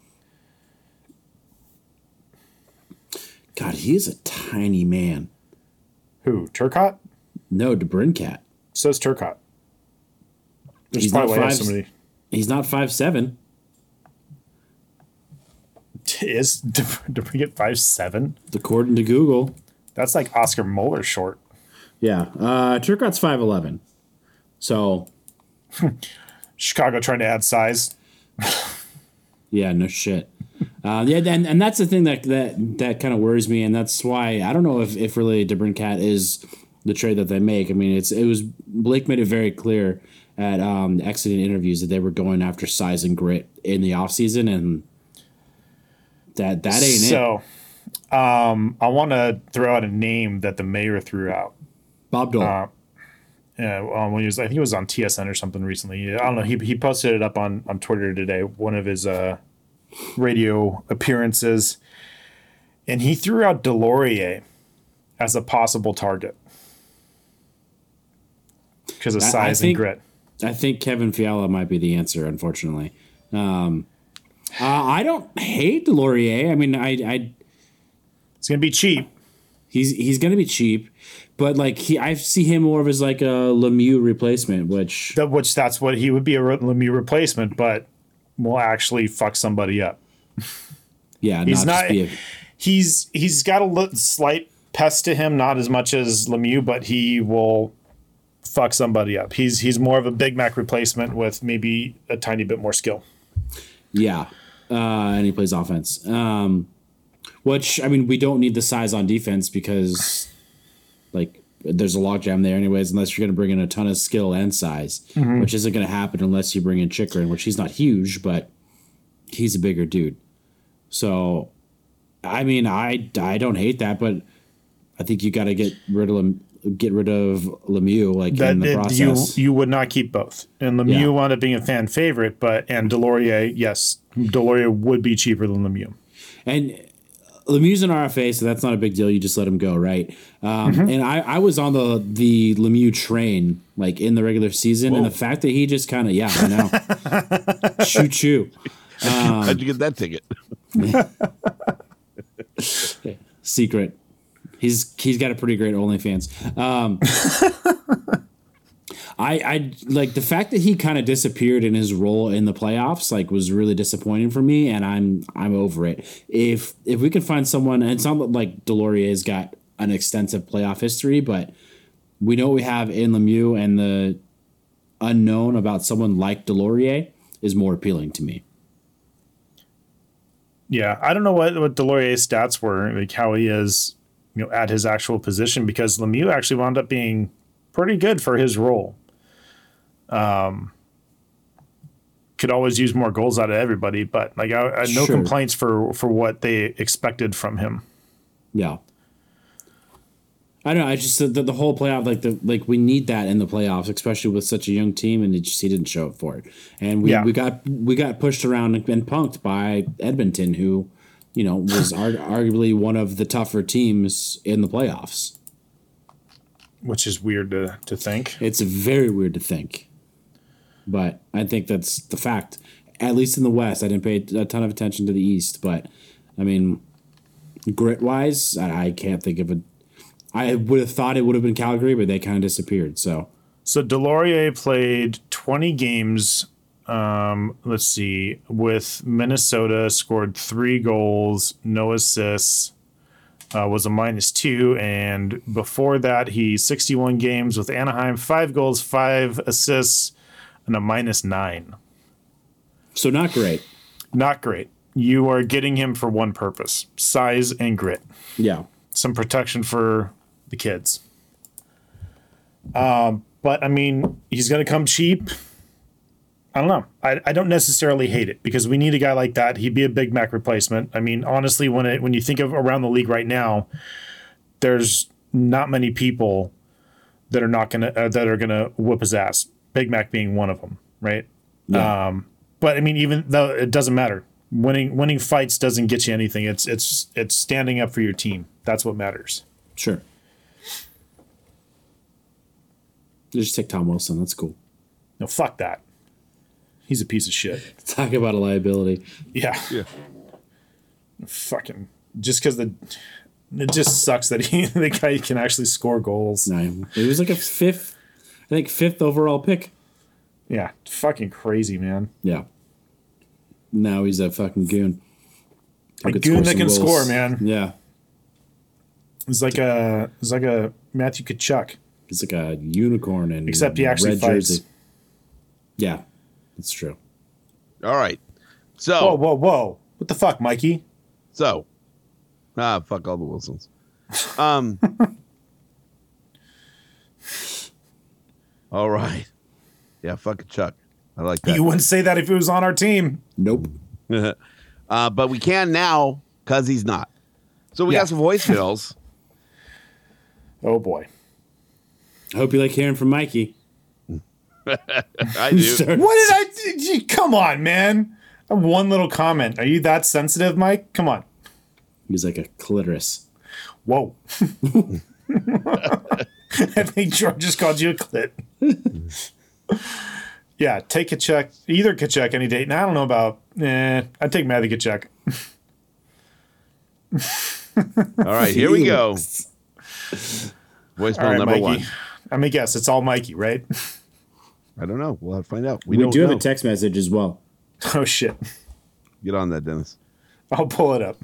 God? He is a tiny man.
Who Turcotte?
No, Debrincat.
Says Turcotte. There's
He's not
probably
five-
somebody [LAUGHS]
He's not five seven.
is. [LAUGHS] Did we get five seven?
According to Google.
That's like Oscar Moeller short.
Yeah. Uh Turcotte's five eleven. So
Chicago trying to add size.
yeah, no shit. Uh, yeah, and, and that's the thing that that, that kind of worries me, and that's why I don't know if, if really Debrincat is the trade that they make. I mean, it's it was Blake made it very clear at um, the exiting interviews that they were going after size and grit in the offseason, and that that ain't it.
so, um, I want to throw out a name that the mayor threw out.
Bob Dole.
Yeah, um, when he was, I think it was on TSN or something recently. I don't know. He, he posted it up on, on Twitter today, one of his uh, radio appearances, and he threw out Delorier as a possible target because of
I- I
size and
think-
grit.
I think Kevin Fiala might be the answer, unfortunately. Um, uh, I don't hate Laurier. I mean, I, I
It's gonna be cheap.
he's he's going to be cheap, but like he, I see him more of as like a Lemieux replacement, which
That which that's what he would be a re- Lemieux replacement, but will actually fuck somebody up.
yeah,
He's
not, just
not-
be a-
he's he's got a li- slight pest to him, not as much as Lemieux, but he will fuck somebody up. He's he's more of a Big Mac replacement with maybe a tiny bit more skill.
yeah, uh, and he plays offense. Um, which I mean, we don't need the size on defense because like there's a logjam there anyways. Unless you're going to bring in a ton of skill and size,
Mm-hmm.
which isn't going to happen unless you bring in Chikrin, which he's not huge, but he's a bigger dude. So, I mean, I I don't hate that, but I think you got to get rid of Lem- get rid of Lemieux like
That
in the
it- you
process.
you would not keep both, and Lemieux
Yeah.
wound up being a fan favorite, but and Delorier, yes, Delorier would be cheaper than Lemieux.
And Lemieux's an RFA, so that's not a big deal. You just let him go, right? Um, And I, I was on the the Lemieux train like in the regular season, and the fact that he just kind of yeah, I know, choo choo.
Um,
How'd you get that ticket? [LAUGHS]
secret. He's he's got a pretty great OnlyFans. Um, [LAUGHS] I I like the fact that he kind of disappeared in his role in the playoffs. Like was really disappointing for me, and I'm I'm over it. If if we can find someone, and it's not like Delorier's got an extensive playoff history, but we know what we have in Lemieux, and the unknown about someone like Delorier is more appealing to me.
Yeah, I don't know what what Delorier's stats were, like how he is, you know, at his actual position because Lemieux actually wound up being pretty good for his role. Um, could always use more goals out of everybody, but like I, I no
Sure.
complaints for for what they expected from him.
Yeah. I don't know. I just said that the whole playoff, like the like, we need that in the playoffs, especially with such a young team, and it just he didn't show up for it, and we,
Yeah.
we got we got pushed around and punked by Edmonton, who, you know, was ar- [LAUGHS] arguably one of the tougher teams in the playoffs.
which is weird to, to think.
It's very weird to think, but I think that's the fact. At least in the West, I didn't pay a ton of attention to the East, but I mean, grit wise, I, I can't think of a. I would have thought it would have been Calgary, but they kind of disappeared. So
So Delorier played 20 games. Um, let's see, with Minnesota, scored three goals, no assists, uh, was a minus two. And before that, he 61 games with Anaheim, five goals, five assists, and a minus nine.
so not great.
Not great. You are getting him for one purpose size and grit,
Yeah.
some protection for the kids. Um, but I mean, he's going to come cheap. I don't know. I, I don't necessarily hate it because we need a guy like that. He'd be a Big Mac replacement. I mean, honestly, when it when you think of around the league right now, there's not many people that are not gonna uh, that are gonna whoop his ass. Big Mac being one of them, right?
Yeah.
Um, but I mean, even though it doesn't matter, winning winning fights doesn't get you anything. It's it's it's standing up for your team. That's what matters.
Sure. Just take Tom Wilson. That's cool. [LAUGHS]
No, fuck that. He's a piece of shit.
Talk about a liability.
Yeah. Yeah. Fucking just because the it just sucks that he [LAUGHS] the guy can actually score goals.
No, it was like a fifth, I think fifth overall pick.
Yeah, fucking crazy, man.
Yeah. Now he's a fucking goon. Who
A
could
goon
score
that
some
can
goals.
score, man.
Yeah.
It's like a it's like a Matthew Kachuk,
He's like a unicorn and
except he actually fights.
Yeah. That's true.
All right. So,
Whoa, Oh, whoa, whoa! What the fuck, Mikey?
so, ah, fuck all the Wilsons.
[LAUGHS]
Um, all right. Yeah, fuck Chuck. I like that.
You wouldn't say that if it was on our team.
Nope.
[LAUGHS] Uh, but we can now because he's not. So we
Yeah.
got some
[LAUGHS]
voicemails.
Oh boy.
I hope you like hearing from Mikey.
I
[LAUGHS]
do.
What did I? Gee, Come on, man. One little comment. Are you that sensitive, Mike? Come on.
He's like a clitoris.
Whoa. [LAUGHS] I think George just called you a clit. [LAUGHS] yeah, take a check. Either Kachuk any date. Now I don't know about. Eh, I'd take Matthew Kachuk.
All right, here we
[LAUGHS]
go. Voicemail
All right,
number
Mikey.
one.
I mean, guess it's all Mikey, right? [LAUGHS]
I don't know. We'll have to find out. We,
We,
don't
do have
know.
a text message as well.
oh shit.
Get on that, Dennis.
I'll pull it up.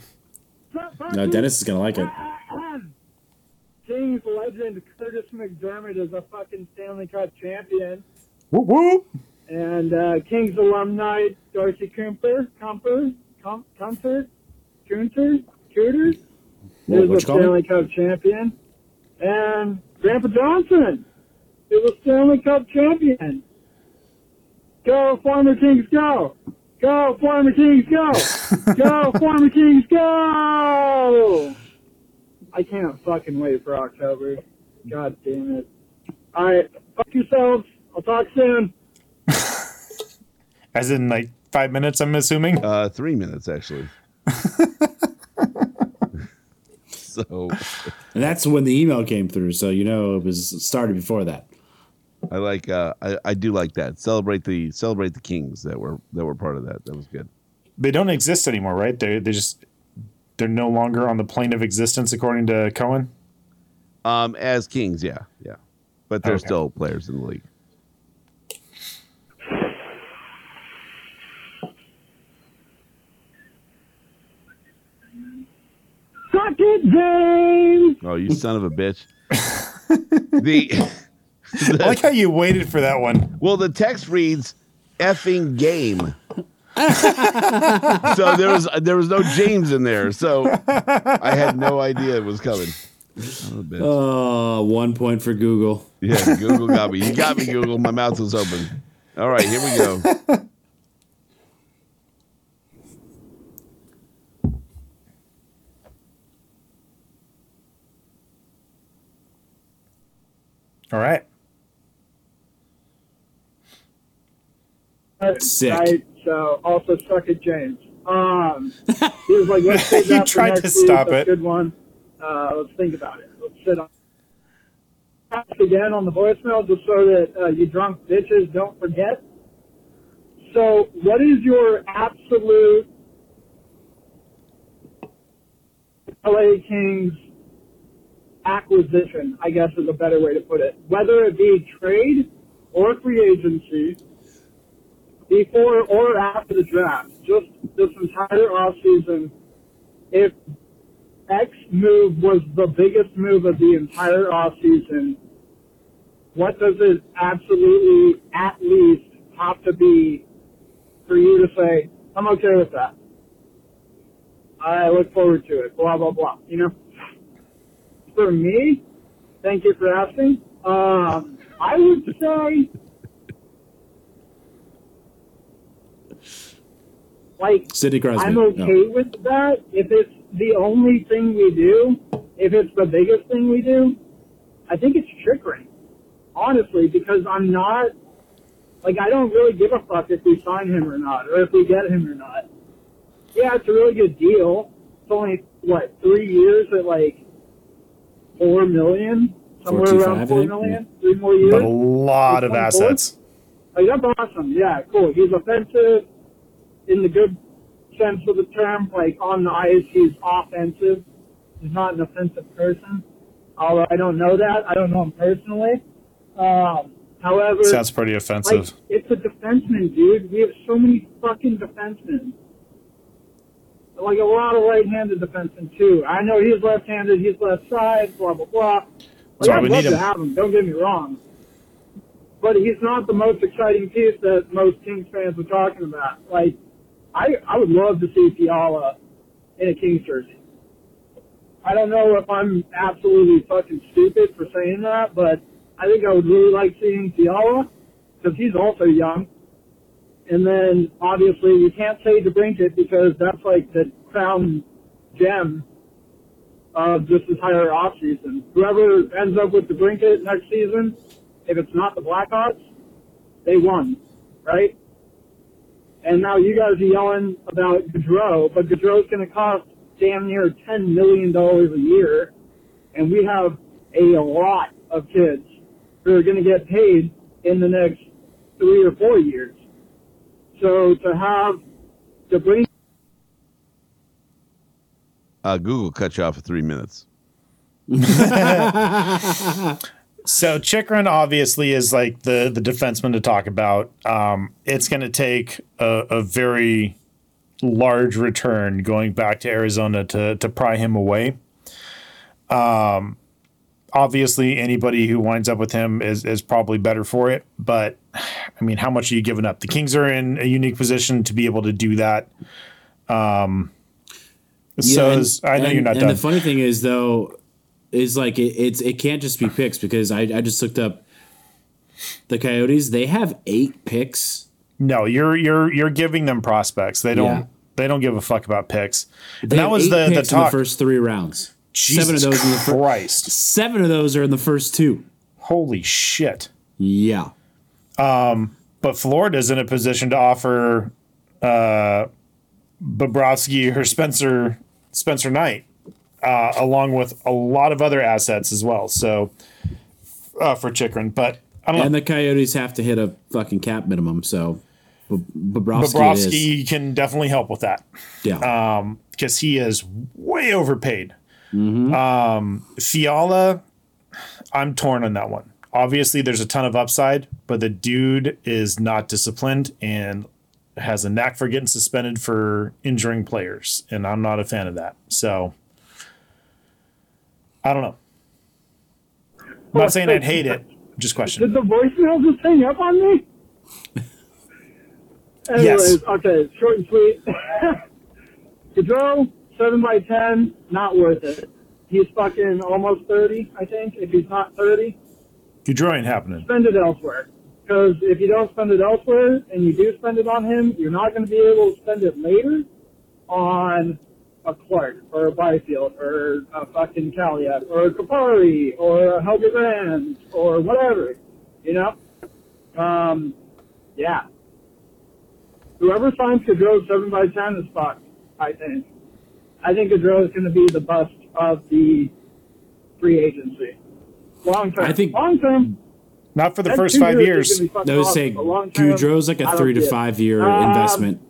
No, Uh, Dennis is gonna like it.
Kings legend Curtis McDermott is a fucking Stanley Cup champion.
Whoop whoop.
And uh, Kings alumni Darcy Cooper, Comper, Com- Comfort, Coonter, Cooters
Whoa,
is
what you
a
call
Stanley
me?
Cup champion. And Grandpa Johnson is a Stanley Cup champion. Go, former Kings, go! Go, former Kings,
[LAUGHS]
go! go, former Kings, go! I can't fucking wait for October. God damn it. Alright, fuck yourselves. I'll talk soon.
[LAUGHS] As in like five minutes, I'm assuming.
Uh, three minutes actually. so
And that's when the email came through, so you know it was started before that.
I like. Uh, I I do like that. Celebrate the celebrate the Kings that were that were part of that. That was good.
they don't exist anymore, right? They they just they're no longer on the plane of existence according to Cohen.
Um, as Kings, yeah, yeah, but they're
Okay.
still players in the league.
Suck it, James!
Oh, you son of a bitch. [LAUGHS] the
I like how you waited for that one.
Well, the text reads effing game. so there was there was no James in there, so I had no idea it was coming. Son of a bitch.
Uh, one point for Google.
Yeah, Google got me. You got me, Google. My mouth was open. All right, here we go.
All right.
Sick.
Right, so also suck at James.
[LAUGHS]
Um, he was like, let's save
You
that for
tried
next
to
week.
stop
That's
it.
a Good one. Uh, let's think about it. Let's sit on. Ask Again on the voicemail, just so that uh, you drunk bitches don't forget. So, what is your absolute LA Kings acquisition? I guess is a better way to put it. Whether it be trade or free agency, before or after the draft, just this entire offseason, if X move was the biggest move of the entire offseason, what does it absolutely at least have to be for you to say, I'm okay with that? I look forward to it, blah, blah, blah. You know? For me, thank you for asking. Um, I would say, like,
Sidney Crosby. Oh.
I'm
No.
okay with that if it's the only thing we do, if it's the biggest thing we do. I think it's trickery, honestly, because I'm not like I don't really give a fuck if we sign him or not, or if we get him or not. Yeah, it's a really good deal. It's only what three years at like four million, somewhere
4.25, I
around four
think.
million, three more years.
But a lot of
One fourth?
assets.
Like, that's awesome. Yeah, cool. He's offensive in the good sense of the term. Like, on the ice, he's offensive. He's not an offensive person. Although I don't know that. I don't know him personally. Um, however,
Sounds pretty
like,
offensive.
it's a defenseman, dude. We have so many fucking defensemen. Like, a lot of right-handed defensemen, too. I know he's left-handed. He's left side, blah, blah, blah.
That's
Like,
why
I'd
we
love
need
to
him.
have him. Don't get me wrong but he's not the most exciting piece that most Kings fans were talking about. Like, I I would love to see Fiala in a Kings jersey. I don't know if I'm absolutely fucking stupid for saying that, but I think I would really like seeing Fiala because he's also young. And then obviously you can't say DeBrinket because that's like the crown gem of this entire offseason. Whoever ends up with DeBrinket next season, if it's not the Blackhawks, they won, right? And now you guys are yelling about Gaudreau, but Gaudreau's going to cost damn near $10 million a year. And we have a lot of kids who are going to get paid in the next three or four years. So to have to bring
Uh, Google cut you off at three minutes.
So Chikrin obviously is like the the defenseman to talk about. Um, it's going to take a, a very large return going back to Arizona to to pry him away. Um, obviously, anybody who winds up with him is is probably better for it. But I mean, how much are you giving up? The Kings are in a unique position to be able to do that. Um, so
and-
is- I know
and-
you're not
and
done.
the funny thing is though, is like it, it's it can't just be picks because I, I just looked up the Coyotes. They have eight picks.
No, you're you're you're giving them prospects. They don't
Yeah.
they don't give a fuck about picks. And
They
that
have
was
eight
the the
picks in the
talk.
first three rounds.
Jesus
seven of those in the first.
Christ!
Seven of those are in the first two.
Holy shit!
Yeah.
But Florida's in a position to offer uh, Bobrovsky or Spencer Spencer Knight, uh, along with a lot of other assets as well. So uh, for Chikrin, but I don't
And
know.
the Coyotes have to hit a fucking cap minimum, so B- Bobrovsky, is.
Bobrovsky uh, can definitely help with that.
Yeah.
because he is way overpaid. Um, Fiala, I'm torn on that one. Obviously, there's a ton of upside, but the dude is not disciplined and has a knack for getting suspended for injuring players, and I'm not a fan of that. So I don't know. I'm not saying I'd hate it. Just
Did
question.
the voicemail just hang up on me? Anyways,
[LAUGHS] Yes.
okay, short and sweet. [LAUGHS] Gaudreau, 7 by 10 not worth it. He's fucking almost 30, I think, if he's not 30.
Goudreau ain't happening.
Spend it elsewhere. Because if you don't spend it elsewhere and you do spend it on him, you're not going to be able to spend it later on a Clark or a Byfield or a fucking Calliot or a Kapari or a Helga Rand or whatever, you know? Um, yeah. Whoever signs Gaudreau 7 by 10 is fucked, I think. I think Gaudreau is going to be the bust of the free agency. Long term.
I think-
Long term.
Not for the
that's
first
two
five
years
years.
is gonna be fucking
I would
awesome,
say
but long term,
Goudreau's like
I
a
don't
three to
see it.
five year
Um,
investment.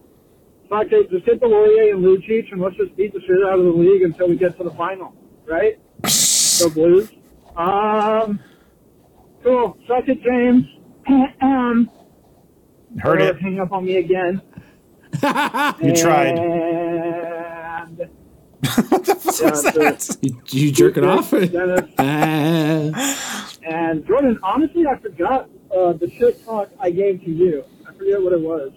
Fuck it, just hit the Laurier and Lucic and let's just beat the shit out of the league until we get to the final, right? the Blues. Um, cool. Suck it, James. um,
Heard it.
Hang up on me again.
You
[LAUGHS]
tried.
And
You, you jerking off?
Dennis
[LAUGHS] Ah.
and Jordan. Honestly, I forgot uh, the shit talk I gave to you. I forget what it was.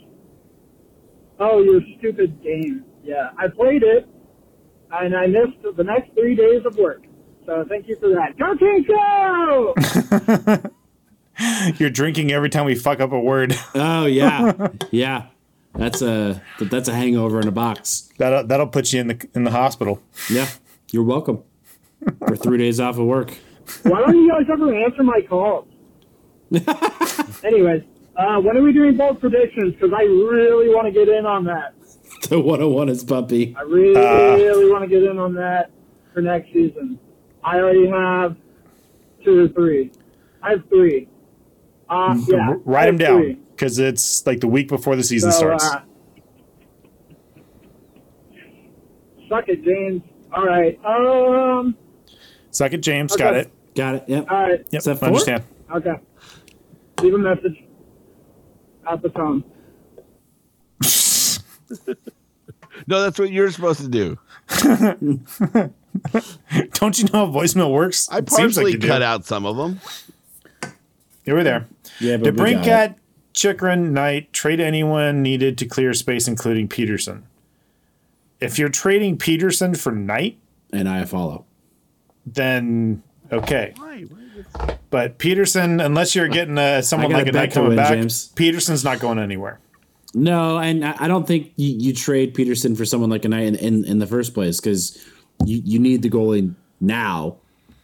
Oh, your stupid game. Yeah, I played it, and I missed the next three days of work. So thank you for that. Go Kings, go!
[LAUGHS] You're drinking every time we fuck up a word. [LAUGHS]
oh yeah, yeah. That's a that's a hangover in a box.
That'll that'll put you in the in the hospital.
Yeah, you're welcome. For three days off of work. [LAUGHS]
Why don't you guys ever answer my calls? Anyways, uh, when are we doing bold predictions? Because I really want to get in on that.
The 101 is puppy.
I really,
Uh.
want to get in on that for next season. I already have two or three. I have three. Uh, yeah,
R- Mm, write them
I have three.
down because it's like the week before the season
So,
starts.
uh, suck it, James. All right. Um.
Suck it, James. Got
okay.
it.
Got it. Yep.
All right.
Yep.
that four?
understand.
Okay. Leave a message at the tone.
No, that's what you're supposed to do.
[LAUGHS] Don't you know how voicemail works?
I
It seems like
partially
you do.
cut out some of them.
You were there.
Yeah, but we got it.
DeBrincat, Chikrin, Knight trade anyone needed to clear space, including Peterson. If you're trading Peterson for Knight,
and I follow.
then okay. But Peterson, unless you're getting uh someone
I got a
like a Knight
bet to
coming
win,
back,
James.
Peterson's not going anywhere.
No, and I I don't think you, you trade Peterson for someone like a knight in, in, in the first place because you, you need the goalie now,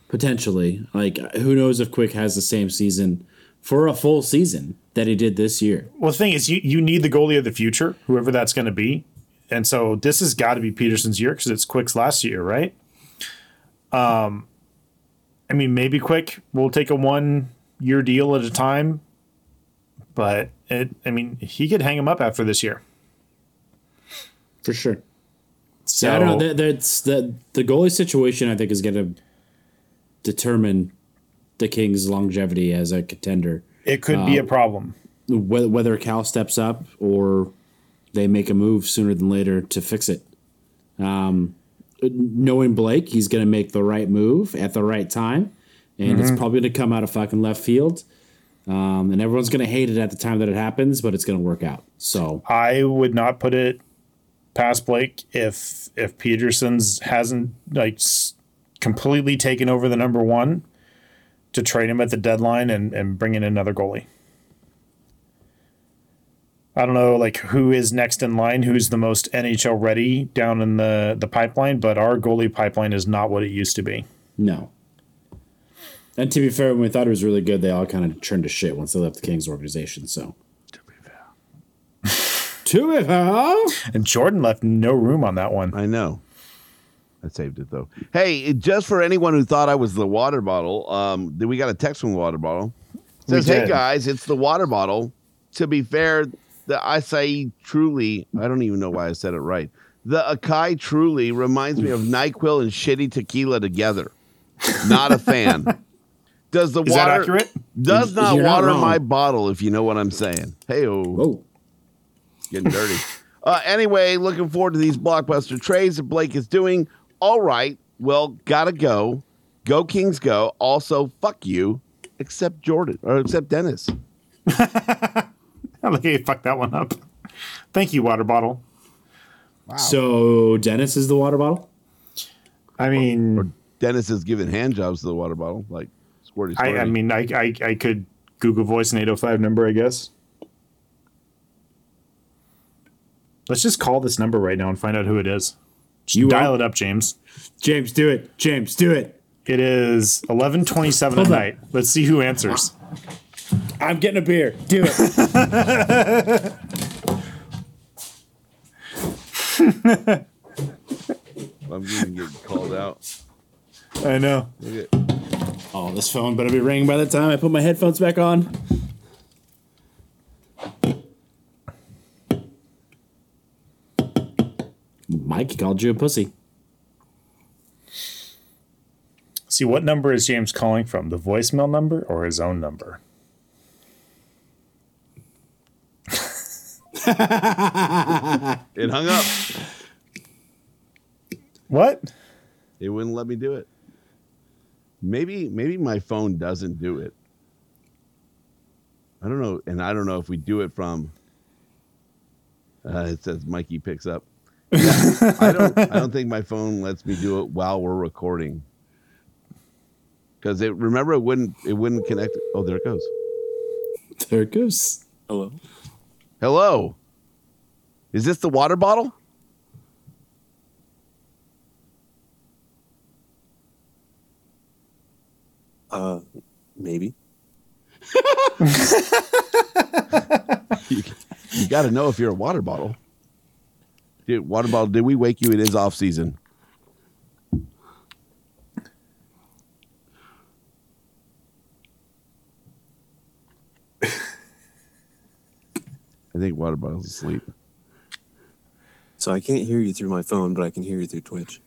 potentially. Like, who knows if Quick has the same season for a full season that he did this year?
Well, the thing is, you, you need the goalie of the future, whoever that's going to be. And so this has got to be Peterson's year because it's Quick's last year, right? Um, I mean, maybe Quick will take a one year deal at a time, but it, I mean, he could hang him up after this year.
For sure.
So
So I don't know. That, that's the the goalie situation. I think is going to determine the Kings' longevity as a contender.
it could be a problem.
Whether, whether Cal steps up or they make a move sooner than later to fix it. Um, knowing Blake, he's going to make the right move at the right time, and it's probably going to come out of fucking left field. Um, and everyone's going to hate it at the time that it happens, but it's going to work out. So
I would not put it past Blake if if Peterson's hasn't like s- completely taken over the number one to trade him at the deadline and and bring in another goalie. I don't know like who is next in line, who's the most NHL ready down in the the pipeline, but our goalie pipeline is not what it used to be.
no. And to be fair, when we thought it was really good, they all kind of turned to shit once they left the Kings organization. So [LAUGHS] to be fair,
And Jordan left no room on that [LAUGHS] one.
I know. I saved it though. Hey, it- just for anyone who thought I was the water bottle, um, then we got a text from the water bottle. It
We
says, "Hey
did.
guys, it's the water bottle." To be fair, the acai truly, I don't even know why I said it right. The acai truly reminds
[LAUGHS]
me of Nyquil and shitty tequila together. Not a fan. Does the
Is that
water
accurate?
Does
You're
not
not
water
wrong.
my bottle, if you know what I'm saying. Hey,
whoa.
getting dirty. Uh, anyway, looking forward to these blockbuster trades that Blake is doing. All right, well, gotta go. Go Kings, go. Also, fuck you, except Jordan or except Dennis.
I like how you fucked that one up. Thank you, water bottle.
So Dennis is the water bottle.
I mean,
Dennis is giving hand jobs to the water bottle, like squirty.
I, I
squirty.
mean, I, I I could Google Voice an 805 number, I guess. Let's just call this number right now and find out who it is.
You
dial
will?
it up, James.
James, do it. James, do it.
It is eleven twenty-seven at
Hold on.
night. Let's see who answers.
I'm getting a beer. Do it.
I'm even getting called out.
I know.
Look
[LAUGHS] oh, this phone better be ringing by the time I put my headphones back on. Mike called you a pussy. [LAUGHS]
See what number is James calling from? The voicemail number or his own number?
at- It hung up.
What? [LAUGHS]
It wouldn't let me do it. Maybe maybe my phone doesn't do it. I don't know, and I don't know if we do it from. Uh, it says Mikey picks up. Yeah, I don't. I don't think my phone lets me do it while we're recording. Because it remember it wouldn't it wouldn't connect. Oh, there it goes.
There it goes. [LAUGHS] Hello.
Hello. Is this the water bottle?
Maybe.
you, got to know if you're a water bottle. Dude, water bottle, did we wake you? It is off season. I think water bottle's asleep.
So I can't hear you through my phone, but I can hear you through Twitch.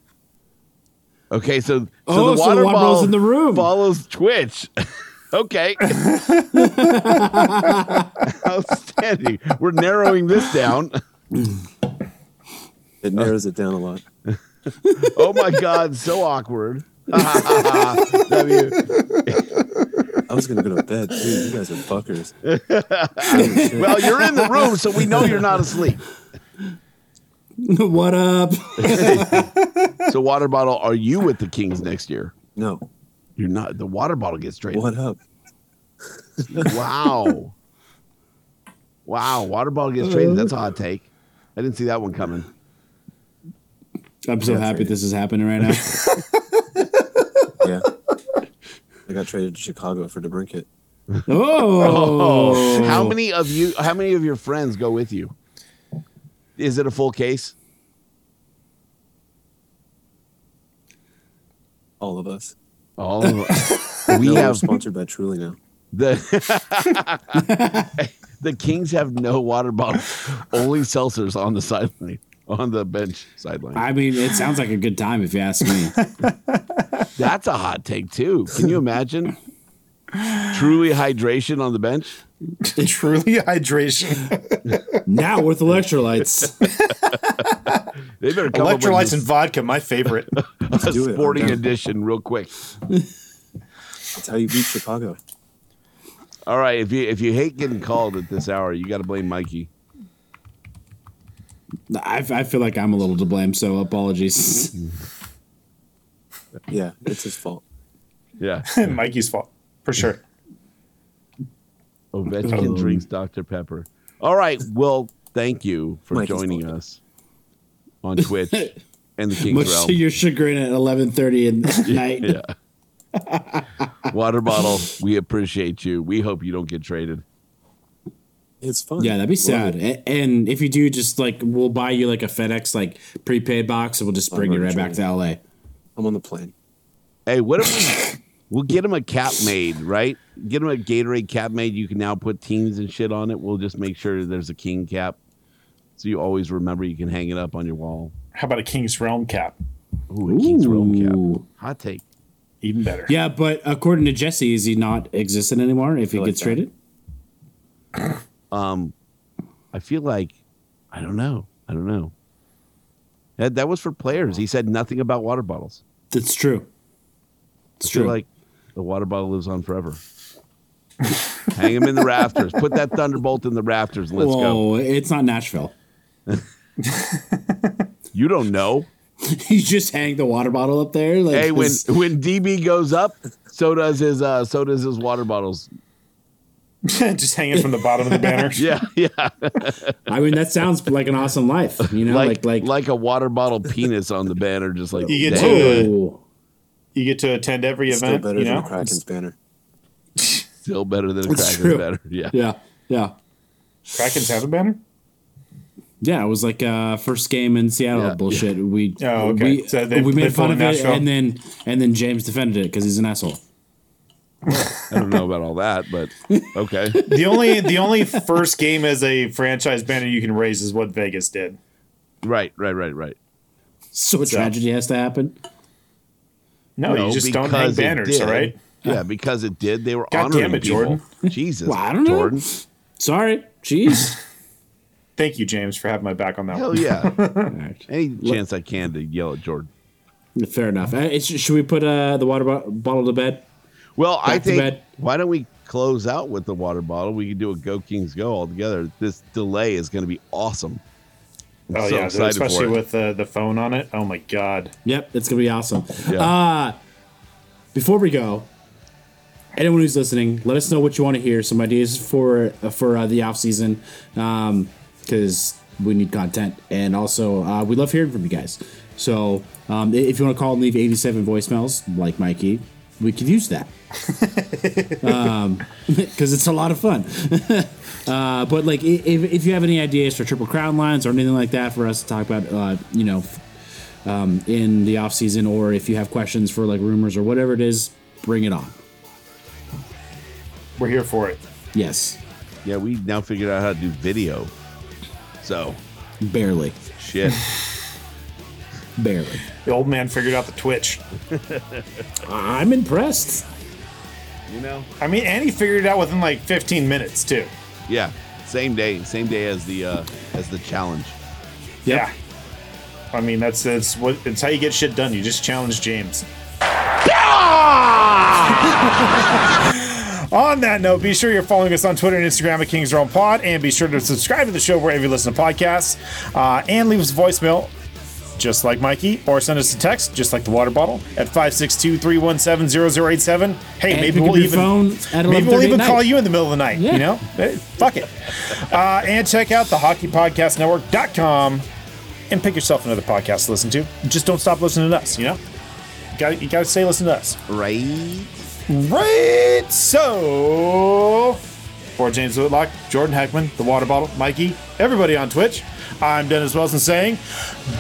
Okay, so, so
Oh,
the
so
water
the water bottle's
bottle
in the room.
follows Twitch. [LAUGHS] okay.
[LAUGHS]
Outstanding. We're narrowing this down.
It narrows it down a lot.
Oh my god, so awkward. [LAUGHS] Love you.
I was gonna go to bed too. You guys are fuckers.
Well, you're in the room, so we know you're not asleep.
what up?
So, water bottle, are you with the Kings next year?
No.
You're not. The water bottle gets traded.
What up?
Wow. Wow. Water bottle gets traded. That's a hot take. I didn't see that one coming.
I'm so happy this is happening
[LAUGHS]
right now.
Yeah. [LAUGHS] I got traded to Chicago for DeBrinket.
Oh,
How many of you? How many of your friends go with you? Is it a full case?
All of us.
All of us. we
No, we're
have
sponsored by Truly now.
the [LAUGHS] the Kings have no water bottles, only seltzers on the sideline, on the bench sideline.
I mean, it sounds like a good time if you ask me.
That's a hot take too. Can you imagine? Truly hydration on the bench.
Truly [LAUGHS] hydration.
now with electrolytes.
They better come up
Electrolytes and
with
vodka, my favorite.
this- a
do it. I'm
[LAUGHS] sporting
down.
edition real quick.
That's how you beat Chicago.
All right, if you if you hate getting called at this hour, you got to blame Mikey.
I, I feel like I'm a little to blame, so apologies.
Yeah, it's his fault.
Yeah,
Mikey's fault. For sure.
Oh,
Um,
Ovechkin drinks Dr Pepper. All right, well, thank you for
Mikey's
joining
fault.
us on
[LAUGHS]
Twitch and the Kings
Much
Realm
to your chagrin at
[LAUGHS]
11:30 at night. [LAUGHS]
water bottle. We appreciate you. We hope you don't get traded.
It's fun.
Yeah, that'd be sad. A- And if you do, just like we'll buy you like a FedEx like prepaid box, and we'll just bring you right back to LA.
I'm on the plane.
Hey, what if we we'll get him a cap made, right? Get him a Gatorade cap made. You can now put teams and shit on it. We'll just make sure there's a king cap. So you always remember you can hang it up on your wall.
How about a King's Realm cap?
Ooh, a King's Realm cap.
Ooh.
Hot take.
Even better.
Yeah, but according to Jesse, is he not existent anymore if he
like
gets
that.
traded?
I feel like I don't know. I don't know. That that was for players. He said nothing about water bottles.
That's true. It's
I feel
true.
like the water bottle lives on forever. [LAUGHS] Hang him in the rafters. Put that thunderbolt in the rafters. Let's go.
Whoa, it's not Nashville.
You don't know.
you just hang the water bottle up there. Like
hey, when
it's-
when DB goes up, so does his uh, so does his water bottles.
[LAUGHS] just hanging from the bottom of the banner.
yeah, yeah.
I mean, that sounds like an awesome life, you know, like
like,
like,
like a water bottle penis on the banner, just like
You get
dang,
to
oh,
you get to attend every
Still
event.
better
You
than
know,
the Kraken's banner.
still better than a
It's
cracker
true.
better. Yeah.
yeah, yeah,
Kraken's have a banner.
yeah. It was like uh, first game in Seattle
Yeah.
bullshit. We
Oh, okay.
we,
So they-
we
they
made fun
pulled
of
Nashville.
it, and then and then James defended it because he's an asshole.
I don't know about all that, but okay.
The only the only first game as a franchise banner you can raise is what Vegas did.
right, right, right, right.
So a tragedy has to happen.
No, Oh, you just don't hang
because it
banners,
did.
all right?
Yeah, because it did. They were
God
honoring
damn it,
people.
[LAUGHS]
Jordan.
Jesus,
Well, I don't know.
Jordan.
Sorry,
[LAUGHS]
jeez.
Thank you, James, for having my back on that
Hell
[LAUGHS]
one.
yeah!
All right.
Any chance I can to yell at Jordan.
Fair enough. Uh, it's, should we put uh, the water bo- bottle to bed?
Well, I
Back to
think
bed.
why don't we close out with the water bottle? We can do a Go Kings Go all together. This delay is going to be awesome. I'm
Oh
so
yeah,
excited
especially
for it.
with uh, the phone on it. Oh my god.
Yep, it's gonna be awesome.
Yeah.
Uh, before we go, anyone who's listening, let us know what you want to hear. Some ideas for for uh, the off season, because we need content, and also uh, we love hearing from you guys. So um, i- if you want to call and leave eighty seven voicemails, like Mikey, we could use that. [LAUGHS] because it's a lot of fun. [LAUGHS] uh, but like, i- if, if you have any ideas for triple crown lines or anything like that for us to talk about, uh, you know, um, in the off season, or if you have questions for like rumors or whatever it is, bring it on.
We're here for it.
Yes,
yeah, we now figured out how to do video. So
barely, [LAUGHS]
shit.
barely.
The old man figured out the Twitch.
I'm impressed.
you know.
I mean, and he figured it out within like 15 minutes too.
Yeah, same day, same day as the uh, as the challenge.
Yeah. I mean, that's that's what it's how you get shit done. You just challenge James. [LAUGHS] On that note, be sure you're following us on Twitter and Instagram at Kings Realm Pod, and be sure to subscribe to the show wherever you listen to podcasts, uh, and leave us a voicemail, just like Mikey, or send us a text, just like the water bottle, at 562 317 0087. Hey,
And
maybe
pick up
we'll
your
even.
phone at
Maybe
11:30
we'll
at
even
night.
call you in the middle of the night.
Yeah.
You know, Eh, fuck it. Uh, and check out the hockeypodcastnetwork.com and pick yourself another podcast to listen to. Just don't stop listening to us. You know, got you got to stay listening to us.
Right.
Right. So, for James Whitlock, Jordan Heckman, the Water Bottle, Mikey, everybody on Twitch, I'm Dennis Wilson saying,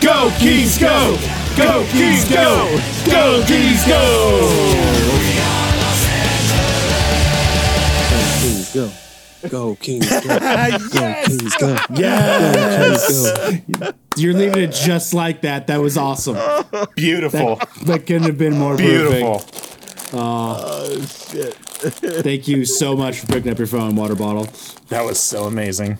Go Keys, go! Go Keys, go! Go Keys, go!
Kings go. Go Kings go. Go
yes!
Kings go.
Yes,
Kings go.
you're leaving it just like that. That was awesome.
Beautiful.
That couldn't have been more
Beautiful.
Perfect. Thank you so much for picking up your phone, water bottle.
That was so amazing.